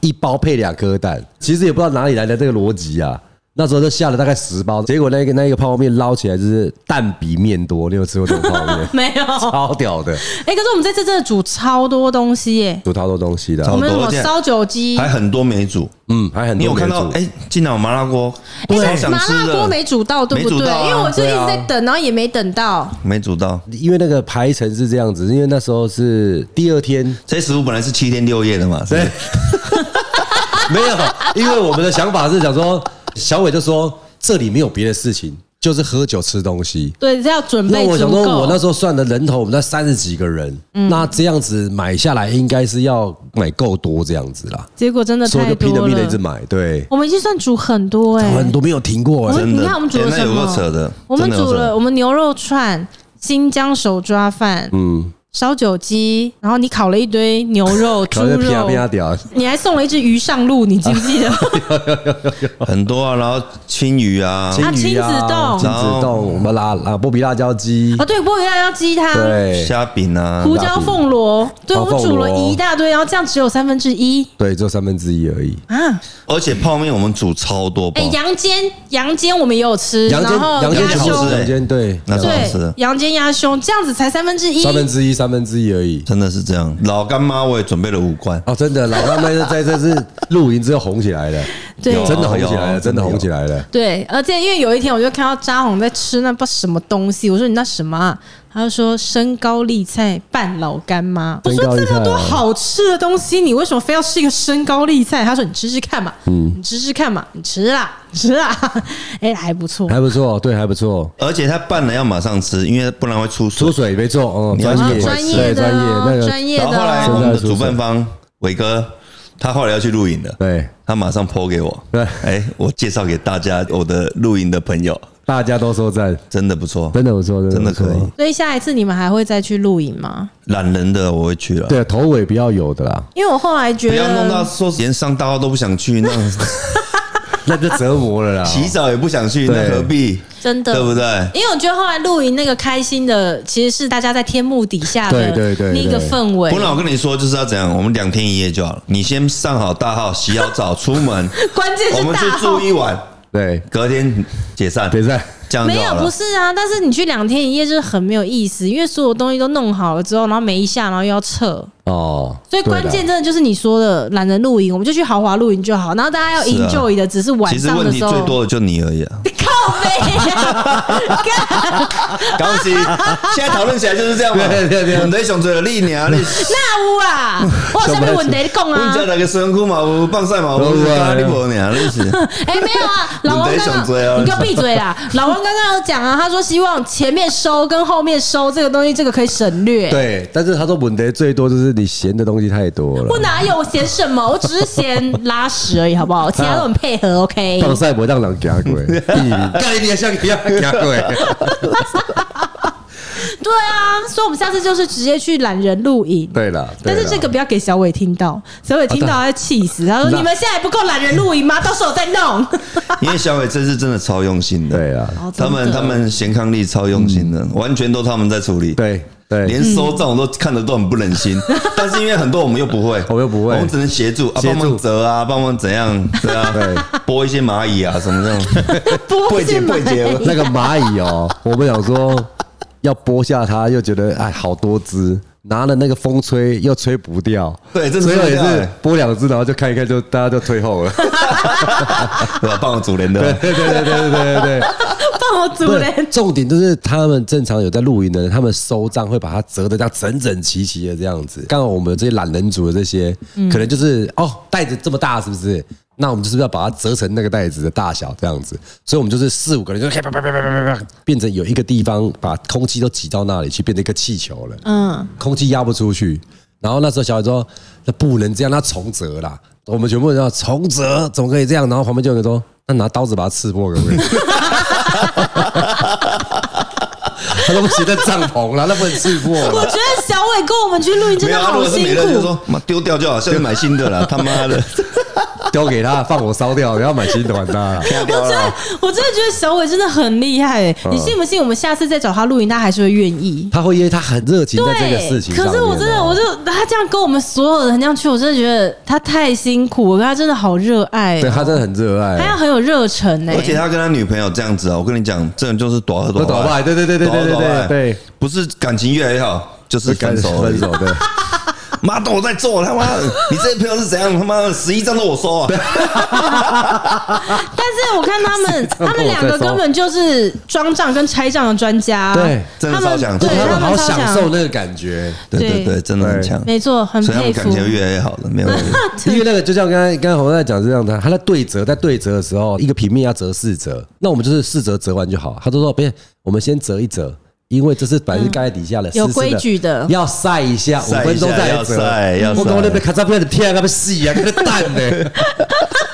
B: 一包配两颗蛋，其实也不知道哪里来的这个逻辑啊。那时候就下了大概十包，结果那个那个泡面捞起来就是蛋比面多，你有吃过这种泡
C: *laughs*
B: 面
A: 没有，哎、
B: 超屌的，
A: 可是我们这次真的煮超多东西耶、
B: 煮超多东西的
A: 我
B: 啊，
C: 超
A: 们什
C: 多
A: 么
C: 而且
A: 烧酒鸡，
C: 还很多没煮。
B: 嗯，还很
C: 你
B: 多
C: 有
B: 没
C: 看到
B: 煮
C: 哎，竟然有麻辣锅，
B: 啊
C: 超想
A: 麻
C: 吃
A: 辣锅
C: 的，
A: 没煮到，对不
C: 没煮
A: 对？
C: 到啊
A: 因为我就一
B: 对
A: 直
B: 啊
A: 在等，然后也没等到。
C: 没煮到。
B: 因为那个排程是这样子，因为那时候是第二
A: *laughs*
B: 天
C: 这些食物本来是七天六夜的嘛，是不是
B: 对，没有，因为我们的想法是想说，小伟就说这里没有别的事情，就是喝酒吃东西。
A: 对，这要准
B: 那
A: 备
B: 我
A: 足
B: 想
A: 够。
B: 说，我那时候算的人头，我们那三十几个人，那这样子买下来应该是要买够多这样子啦，
A: 结果真的
B: 所以
A: 太
B: 就拼
A: 多
B: 了命的一直
A: 了。
B: 买，对，
A: 我们已经算煮很多哎、
B: 很多没有停过哎、
A: 我
C: 真的
A: 你看我们煮
C: 哎
A: 了
C: 那
A: 什么？
C: 有够扯的
A: 我们
C: 真的有
A: 煮
C: 扯
A: 了
C: 的
A: 我们牛肉串、新疆手抓饭、
B: 嗯，
A: 烧酒鸡，然后你烤了一堆牛肉、猪
B: 搞得啪
A: 肉，
B: 啪啊屌，
A: 你还送了一只鱼上路，你记不记得？
C: 很多啊，然后青鱼
A: 啊
C: 啊，
B: 青鱼
A: 亲子冻
B: 啊，亲子
C: 然后
B: 冻，我们辣辣波比辣椒鸡
A: 哦，，对，波鱼辣椒鸡汤。
B: 对
C: 虾饼啊，
A: 胡椒凤螺，对
B: 哦
A: 我们煮了
B: 凤螺
A: 一大堆，然后这样只有三分之一
B: 对，只有三分之一而已。
A: 啊！
C: 而且泡面我们煮超多包
A: 哎，，羊煎羊煎我们也有吃，
B: 杨坚，
A: 然后
B: 杨
A: 鸭
B: 坚
C: 煎
B: 好
C: 好
B: 吃，
A: 胸，
C: 吃
B: 杨坚对，
C: 那时候好吃
A: 对
C: 的，
A: 羊煎鸭胸这样子才三分之一，
B: 三分之一，三分之一而已。
C: 真的是这样。老干妈我也准备了五罐，
B: 哦，真的，老干妈在这次露营之后红起来了，
A: 对
C: 有
B: 真的红起来
C: 有
B: 了，真的红起来了。
A: 对，而且因为有一天我就看到扎红在吃那不什么东西，我说你那什么、啊？他就说生高丽菜拌老干妈。我
B: 生
A: 说
B: 高丽
A: 这
B: 菜啊
A: 么多好吃的东西，你为什么非要吃一个生高丽菜？他说你吃吃看嘛，
B: 嗯
A: 你吃吃看嘛，你吃啦 *laughs* 吃啦，哎、还不错。
B: 还不错，对，还不错。
C: 而且他拌了要马上吃，因为不然会出水
B: 出。水没错，哦，
C: 你要
B: 专业，
C: 是
A: 专业的
B: 对专业
A: 哦、
B: 那个
A: 专业
C: 然后
A: 的
C: 后来我
A: 哦、
C: 们的主办方伟哥，他后来要去露营了，
B: 对，
C: 他马上 PO 给我，
B: 对
C: 哎，我介绍给大家我的露营的朋友，
B: 大家都说赞，
C: 真的不错，
B: 真的不错，
C: 真的
B: 不错
C: 可以。
A: 所以下一次你们还会再去露营吗？
C: 懒人的我会去了。
B: 对，头尾不要有的啦，
A: 因为我后来觉
C: 不要弄到
A: 得，
C: 说连上大号都不想去，
B: *laughs*
C: 那。
B: 那就折磨 *laughs* 了啦
C: 洗澡也不想去，
B: 对
C: 那何必？
A: 真的
C: 对不对？
A: 因为我觉得后来露营那个开心的，其实是大家在天幕底下的
B: 对对对
A: 那个
B: 对
A: 氛围
C: 不。然我跟你说，就是要怎样，我们两天一夜就好了。你先上好大号，洗好澡，出
A: *laughs*
C: 门，
A: 关键
C: 我
A: 是
C: 们去
A: 大
C: 住
A: 号
C: 一晚，
B: 对，
C: 隔天解散，
B: 别在
C: 这样就
A: 没
C: 好
A: 有
C: 了
A: 不。是啊，但是你去两天一夜就是很没有意思，因为所有东西都弄好了之后，然后没一下，然后又要撤。
B: 哦，
A: 所以
B: 对的
A: 关键真的就是你说的懒人露营，我们就去豪华露营就好。然后大家要
C: 是啊
A: enjoy 的，只是晚
C: 其实
A: 上
C: 问
A: 的
C: 题
A: 时候。
C: 最多的就你而
A: *laughs*
C: 已啊！
A: 靠背啊
C: 恭喜，现在讨论起来就是这样嘛。
B: 对对对
C: 问题上最有力你
A: *laughs*
C: 啊，
A: 那
C: 你
A: 有啊，我有下面问题讲
C: 问家 *laughs*
A: 啊。
C: 那个孙悟嘛，有棒赛嘛，
B: 都
C: 有
B: 有啊
C: 咖喱婆你啊，你
A: *laughs*
C: 是
A: 哎、没有啊，老王
C: 问题
A: 刚
C: 上多
A: 刚
C: 啊
A: 你给我闭嘴
C: *laughs*
A: 啦！老王刚刚有讲啊，他说希望前面收跟后面收这个东西，这个可以省略。
B: 对，但是他说问题最多就是你嫌的东西太多
A: 我
B: 了。
A: 哪有我嫌什么？我只是嫌拉屎而已，好不好？其他都很配合，OK。
C: 欸
B: 放赛博让人夹
C: *laughs*
B: 鬼，干你也像一样夹鬼。
A: 对啊，所以我们下次就是直接去懒人露营。
B: 对了，
A: 但是
B: 对啦啊
A: 这个不要给小伟听到，小伟听到他会气死。他说：“
B: 那
A: 你们现在不够懒人露营吗？到时候我再弄。
C: 因为小伟这次真的超用心的，
B: 对啊，嗯
A: 哦”
C: 他们
A: 真的
C: 他们贤康力超用心的，完全都他们在处理。
B: 对对，
C: 连收这种都看得都很不忍
B: *laughs*
C: 心，但是因为很多我们又不会，
B: 哦我们又不会
C: 我们只能协助啊，
B: 协
C: 帮
B: 助
C: 忙折啊，帮忙怎样，对啊，
B: *laughs* 对
C: 剥一些蚂蚁啊什么这种，
A: 不
C: 柜姐
A: 是买
C: 柜
A: *laughs*
C: 姐
B: *laughs* 那个蚂蚁哦，我们想说要剥下它，又觉得哎好多只，拿了那个风吹又吹不掉，
C: 对真的
B: 最后也
C: 吹不掉
B: 是
C: 哎
B: 剥两只，然后就看一看，就大家就退后
C: *laughs*
B: 了。
C: 对吧？帮我主人
B: 对
C: 的，啊
B: 对对对对对对对。
A: 帮我主
B: 不
A: 人
B: 是，重点就是他们正常有在露营的人，他们收账会把它折的这样整整齐齐的这样子。刚好我们这些懒人组的这些，可能就是哦袋子这么大是不是？那我们就是要把它折成那个袋子的大小这样子，所以我们就是四五个人就啪啪啪啪啪啪啪，变成有一个地方把空气都挤到那里去，变成一个气球了。
A: 嗯，
B: 空气压不出去。然后那时候小伟说：“那不能这样，那重折啦。”我们全部人要重折，怎么可以这样？然后旁边就有人说：“那拿刀子把它刺破可不可以？”他都不写在帐篷啦，那不能刺破啦。
A: 我觉得小伟跟我们去露营真
C: 没
A: 的
C: 有啊，如
A: 好
C: 果是
A: 辛
C: 没了就
A: 苦。
C: 说妈丢掉就好，下次买新的
B: *laughs*
C: 啦，他妈的，
B: 丢给他，放火烧掉，然后买新的还他啦。
C: 丢掉了，
A: 我真的觉得小伟真的很厉害、欸，你信不信？我们下次再找他露营，他还是会愿意。
B: 他会因为他很热情在这个事情上
A: 可是我
B: 面
A: 真的，
B: 啊
A: 我就他这样跟我们所有人这样去，我真的觉得他太辛苦了，他真的好热爱
B: 对，啊他真的很热
A: 他要
B: 爱。
A: 很有热忱欸呢、
C: *laughs* 而且他跟他女朋友这样子啊，我跟你讲，这种就是短
B: 都
C: 短
B: 倒坏，对对对对对对对对，
C: 不是感情越来越好，就是分手而已
B: 分手对。
C: 妈的，我在做他妈
B: *laughs*
C: 的，你这些朋友是怎样？他妈的，十一张都我收啊！
A: 但是我看他
B: *laughs*
A: 们，
B: 跟我
A: 他们两个根本就是装账跟拆账的专家，
B: 对
C: 真的
A: 他们
C: 超强
A: 对
C: 真
B: 他
C: 的
A: 他
B: 们
A: 们
B: 好
A: 超
B: 享
A: 强
B: 受，那个感觉。
C: 对
A: 对
C: 对对，真的很强，
A: 没错，很
C: 所以他
A: 佩
C: 们
A: 服
C: 感。情越来越好了，没
B: *laughs*
C: 有问题。
B: 因为那个就像刚才刚才洪在讲这样的，他在对折，在对折的时候，一个平面要折四折，那我们就是四折折完就好。他就说，别，我们先折一折，因为这是本来是盖在底下的，
A: 有
B: 湿湿
A: 规矩的
B: 要晒一下，五
C: 晒一下
B: 分钟再
C: 要
B: 折。
C: 晒要
B: 我刚刚
C: 晒
B: 那边咔嚓片的片，那边细啊，那个蛋呢，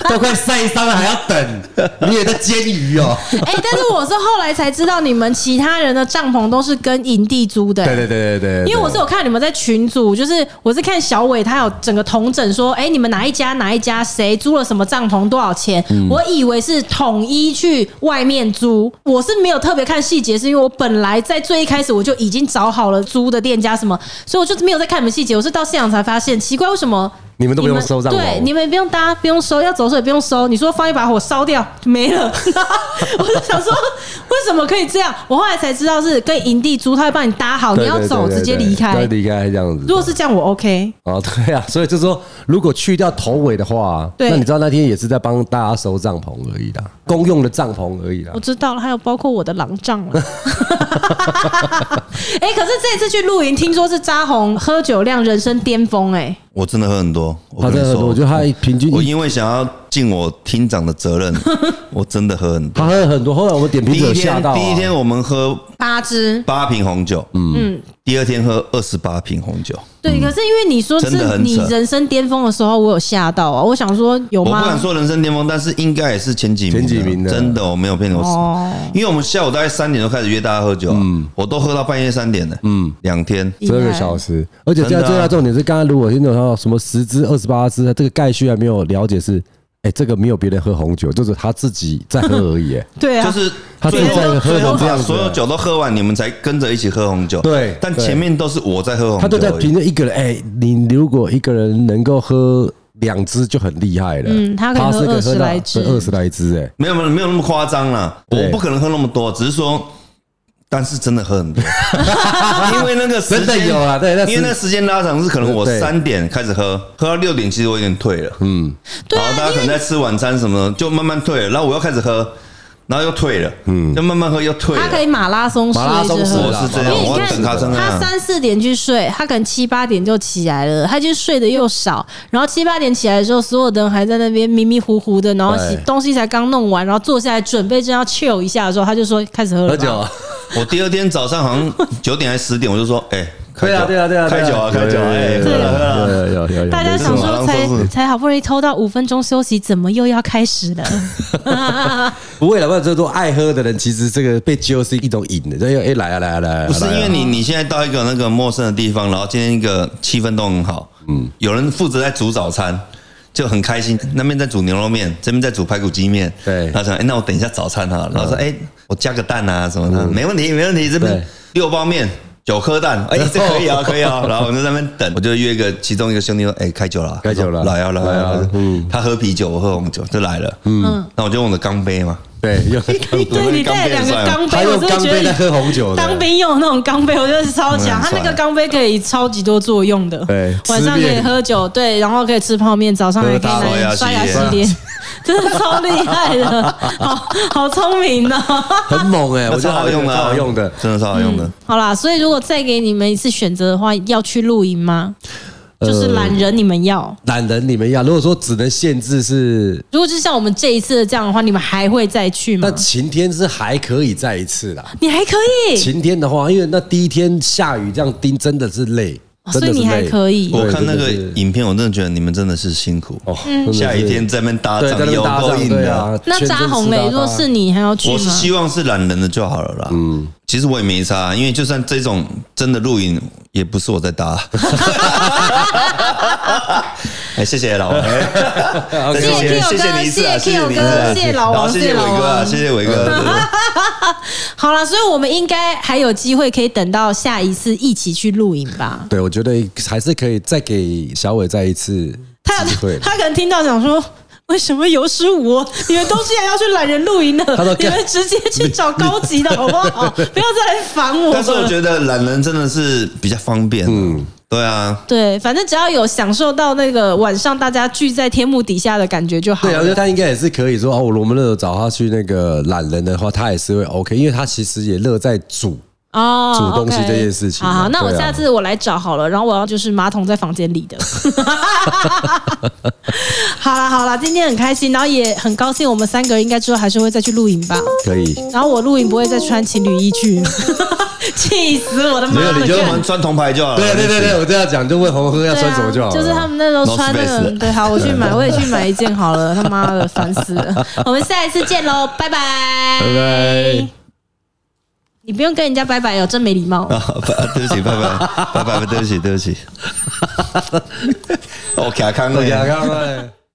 B: 都快晒伤了还要等，你也在煎鱼哦。
A: 哎、但是我是后来才知道，你们其他人的帐篷都是跟营地租的、
B: 对对对对对，
A: 因为我是有看你们在群组，就是我是看小伟他有整个同整说，哎、你们哪一家哪一家谁租了什么帐篷多少钱？
B: 嗯
A: 我以为是统一去外面租，我是没有特别看细节，是因为我本来在最一开始我就已经找好了租的店家什么，所以我就没有在看你们细节，我是到现场才发现奇怪为什么。
B: 你们都不用收哦帐篷
A: 对，你们不用搭，不用收，要走水不用收。你说放一把火烧掉没
B: *laughs*
A: 了，然后我就想说为什么可以这样？我后来才知道是跟营地租，他会帮你搭好，你
B: 对
A: 要
B: 对
A: 走
B: 对对
A: 直接
B: 对
A: 离开
B: 对。离开这样子。
A: 如果是这样，我 OK。
B: 哦， *laughs* 对啊，所以就是说，如果去掉头尾的话，
A: 对
B: 那你知道那天也是在帮大家收帐篷而已啦，公用的帐篷而已啦 *laughs*
A: 我。知道了，还有包括我的狼帐了，啊哎、可是这次去露营，听说是扎红喝酒量人生巅峰、哎，
C: 我真的喝很多，我
B: 他
C: 跟
B: 真
C: 你
B: 的，
C: 说，
B: 我觉得他平均
C: 我因为想要尽我厅长的责任， *laughs* 我真的喝很多。
B: 他喝了很多，后来我们点评
C: 第一
B: 者吓
C: 天，
B: 到啊，
C: 第一天我们喝
A: 八支。
C: 八瓶红酒，嗯，第二天喝二十八瓶红酒，
A: 对，可是因为你说
C: 真的
A: 是
C: 很
A: 你
C: 扯
A: 人生巅峰的时候，我有吓到啊！我想说有
C: 我不
A: 吗
C: 敢？说人生巅峰，但是应该也是前几名的，
B: 前几名的
C: 真的我没有骗你，
A: 哦
C: 我因为我们下午大概三点就开始约大家喝酒，啊
B: 嗯
C: 我都喝到半夜三点了，嗯，两天。
B: 十二个小时，而且现在
C: 真的啊
B: 最大重点是，刚刚如果听懂到什么十支、二十八支，这个概序还没有了解是，哎，这个没有别人喝红酒，就是他自己在喝而
C: *laughs*
B: 已。哎
A: 对啊，
C: 就是
B: 他
C: 最
B: 自己在
C: 后
B: 喝
C: 最后
B: 成这
C: 把
B: 样子
C: 所有酒都喝完，你们才跟着一起喝红酒。
B: 对
C: 但
B: 对
C: 前面都是我在喝红酒而已，
B: 他都在评论一个人，哎，你如果一个人能够喝两支就很厉害了，
A: 嗯他可以喝
B: 是以
A: 20
B: 到
A: 来支
B: 二十来支，哎，
C: 没有没有没有那么夸张啦，
B: 对
C: 我不可能喝那么多，只是说，但是真的
B: *laughs*
C: 喝很多，因为那个时
B: 真的
C: 间
B: 有啊对那时
C: 因为那时间拉长是可能我
B: 对
C: 三点开始喝，喝到六点其实我有点退了，嗯，
A: 对啊
C: 然后大家可能在吃晚餐什么的，就慢慢退了，然后我又开始喝，然后又退了，嗯，就慢慢喝又退
A: 他
C: 了，
A: 啊可以马拉松式
B: 马拉
A: 一
B: 松
A: 直
B: 式
A: 喝
C: 我。
B: 啦
C: 哦是这
A: 因
C: 样
A: 为
C: 我
A: 你
C: 要等他
A: 看
C: 真，爱啊
A: 他三四点去睡，他可能七八点就起来了，他就睡得又少，然后七八点起来的时候，所有的人还在那边迷迷糊糊的，然后
B: 对
A: 东西才刚弄完，然后坐下来准备正要 chill 一下的时候，他就说开始喝了吧，
C: 我第二天早上好像九点还是十点，我就说，哎，开
B: 对啊，
C: 酒
B: 对啊，对啊，
C: 开酒啊，
B: 对
C: 开酒啊，哎，喝
B: 有
C: 了喝了。
B: 有有有有有，
A: 大家想
C: 没什
A: 说
C: 么
A: 才
C: 都是
A: 才好不容易偷到五分钟休息，怎么又要开始
C: *laughs*
A: 了？
B: 不会了，不然这都爱喝的人，其实这个被揪是一种瘾的，哎哎来啊来啊来啊，
C: 不是
B: 来啊
C: 因为你你现在到一个那个陌生的地方，然后今天一个气氛都很好，嗯，有人负责在煮早餐。就很开心，那边在煮牛肉面，这边在煮排骨鸡面。
B: 对嗯
C: 他想，哎、那我等一下早餐哈、然后说，哎、我加个蛋啊什么的，没问题，没问题。这
B: 对
C: 边六包面，九颗
B: *laughs*
C: 蛋，哎、这可以啊，可以啊。然后我就在那边等，我就约一个其中一个兄弟说，哎、开酒了，
B: 开酒了
C: 他说来啊来
B: 来
C: 啊
B: 啊
C: 来啊。嗯，他喝啤酒，我喝红酒，就来了。嗯，那我就用我的钢杯嘛，
B: 对有
A: 你对你带两个钢
B: 还
A: 杯，我
B: 有
A: 真的
B: 钢
A: 觉
B: 杯
A: 得
B: 在喝
A: 你
B: 红酒的，
A: 当兵用那种钢杯，我觉得是超强。
C: 哦
A: 它
C: 嗯
A: 那个
C: 帅
A: 钢杯可以超级多作用的，
B: 对
A: 晚上可
B: 吃
A: 以
B: 面
A: 喝酒，对，然后可以吃泡面，早上还可
C: 喝
A: 以拿刷
C: 大刷
A: 牙
C: 牙
A: 洗
C: 洗脸
A: 脸， *laughs* 真的超厉害的， *laughs* 好好聪明哦。 *laughs*
B: 很猛哎，我觉
C: 超
B: 得
C: 好
B: 好
C: 用
B: 用
C: 的、
B: 的，
C: 啊，
B: 好用的。
C: 真的超好用的。
A: 好啦，所以如果再给你们一次选择的话，要去露营吗？
C: 呃
A: 就是懒人，你们要。
B: 懒人你们要，如果说只能限制是，
A: 如果就像我们这一次的这样的话，你们还会再去吗
B: 那？晴天是还可以再一次啦。
A: 你还可以，
B: 晴天的话，因为那第一天下雨这样盯真的是累，
A: 哦
B: 真的是
A: 所以你还
B: 累
A: 可以
B: 对
C: 我看
B: 真的
C: 那个
B: 是
C: 影片，我真的觉得你们真的是辛苦。
B: 哦，真的是
C: 下雨天在那边搭
B: 对在那
C: 帐
B: 边
C: 有
B: 搭
C: 够
B: 帐
C: 硬
B: 对
C: 的。
B: 啊，
A: 那
B: 全
A: 扎
B: 身
A: 红
B: 湿
A: 嘞
B: 哒，哒
A: 如果是你还要去
C: 我
A: 吗
C: 是？希望是懒人的就好了啦。嗯，其实我也没差，因为就算这种真的露营，也不是我
B: *laughs*
C: 在搭。哎，谢
B: *laughs*
C: 谢老王，哎
A: 谢谢 Kyo
C: 谢谢
A: 哥
C: 你一次啊，
A: 谢谢
C: 谢
A: Kyo
C: 你一次
A: 哥
C: 啊，
A: 谢谢老王
C: 然后谢
A: 谢谢
C: 谢伟
A: 老
C: 哥啊，
A: 王
C: 谢谢伟哥。对
A: 好啦，所以我们应该还有机会可以等到下一次一起去露营吧。
B: 对，我觉得还是可以再给小伟再一次
A: 他
B: 机会。
A: 他可能听到想说。为什么有失我？你们都既然要去懒人露营了
B: 说，
A: 你们
B: 干
A: 直接去找高级的好不好？不要再来烦 *laughs* 我了。
C: 但是我觉得懒人真的是比较方便。嗯，对啊，
A: 对，反正只要有享受到那个晚上大家聚在天幕底下的感觉就好
B: 对啊，我觉得
A: 了。
B: 他应该也是可以说哦，我们那时候找他去那个懒人的话，他也是会 OK，因为他其实也乐在煮。
A: 哦
B: 煮东西
A: OK
B: 这件事情
A: 好
B: 啊
A: 好，那我
B: 对啊
A: 下次我来找好了，然后我要就是马桶在房间里的。 *laughs* 好啦好啦，今天很开心，然后也很高兴，我们三个人应该之后还是会再去露营吧。
B: 可以，
A: 然后我露营不会再穿情侣衣去， *laughs* 气死我的妈
C: 没有
A: 了！
C: 你就
A: 干
C: 玩穿铜牌就好了。
B: 对对对对，我这样讲就问红哥要
A: 对
B: 穿什么就好
A: 啊，
B: 了。
A: 就是他们那时候穿那
C: No
A: 个，
C: space
A: 对，好，我去买，我也去买一件好了，他妈的，烦死
B: *laughs*
A: 了！我们下一次见喽，拜拜，
B: 拜拜。
A: 你不用跟人家拜拜哦，真没礼貌。
C: 啊， *laughs* 对不起，拜拜，拜拜，对不起，对不起。我卡康了
B: 对。啊，刚刚。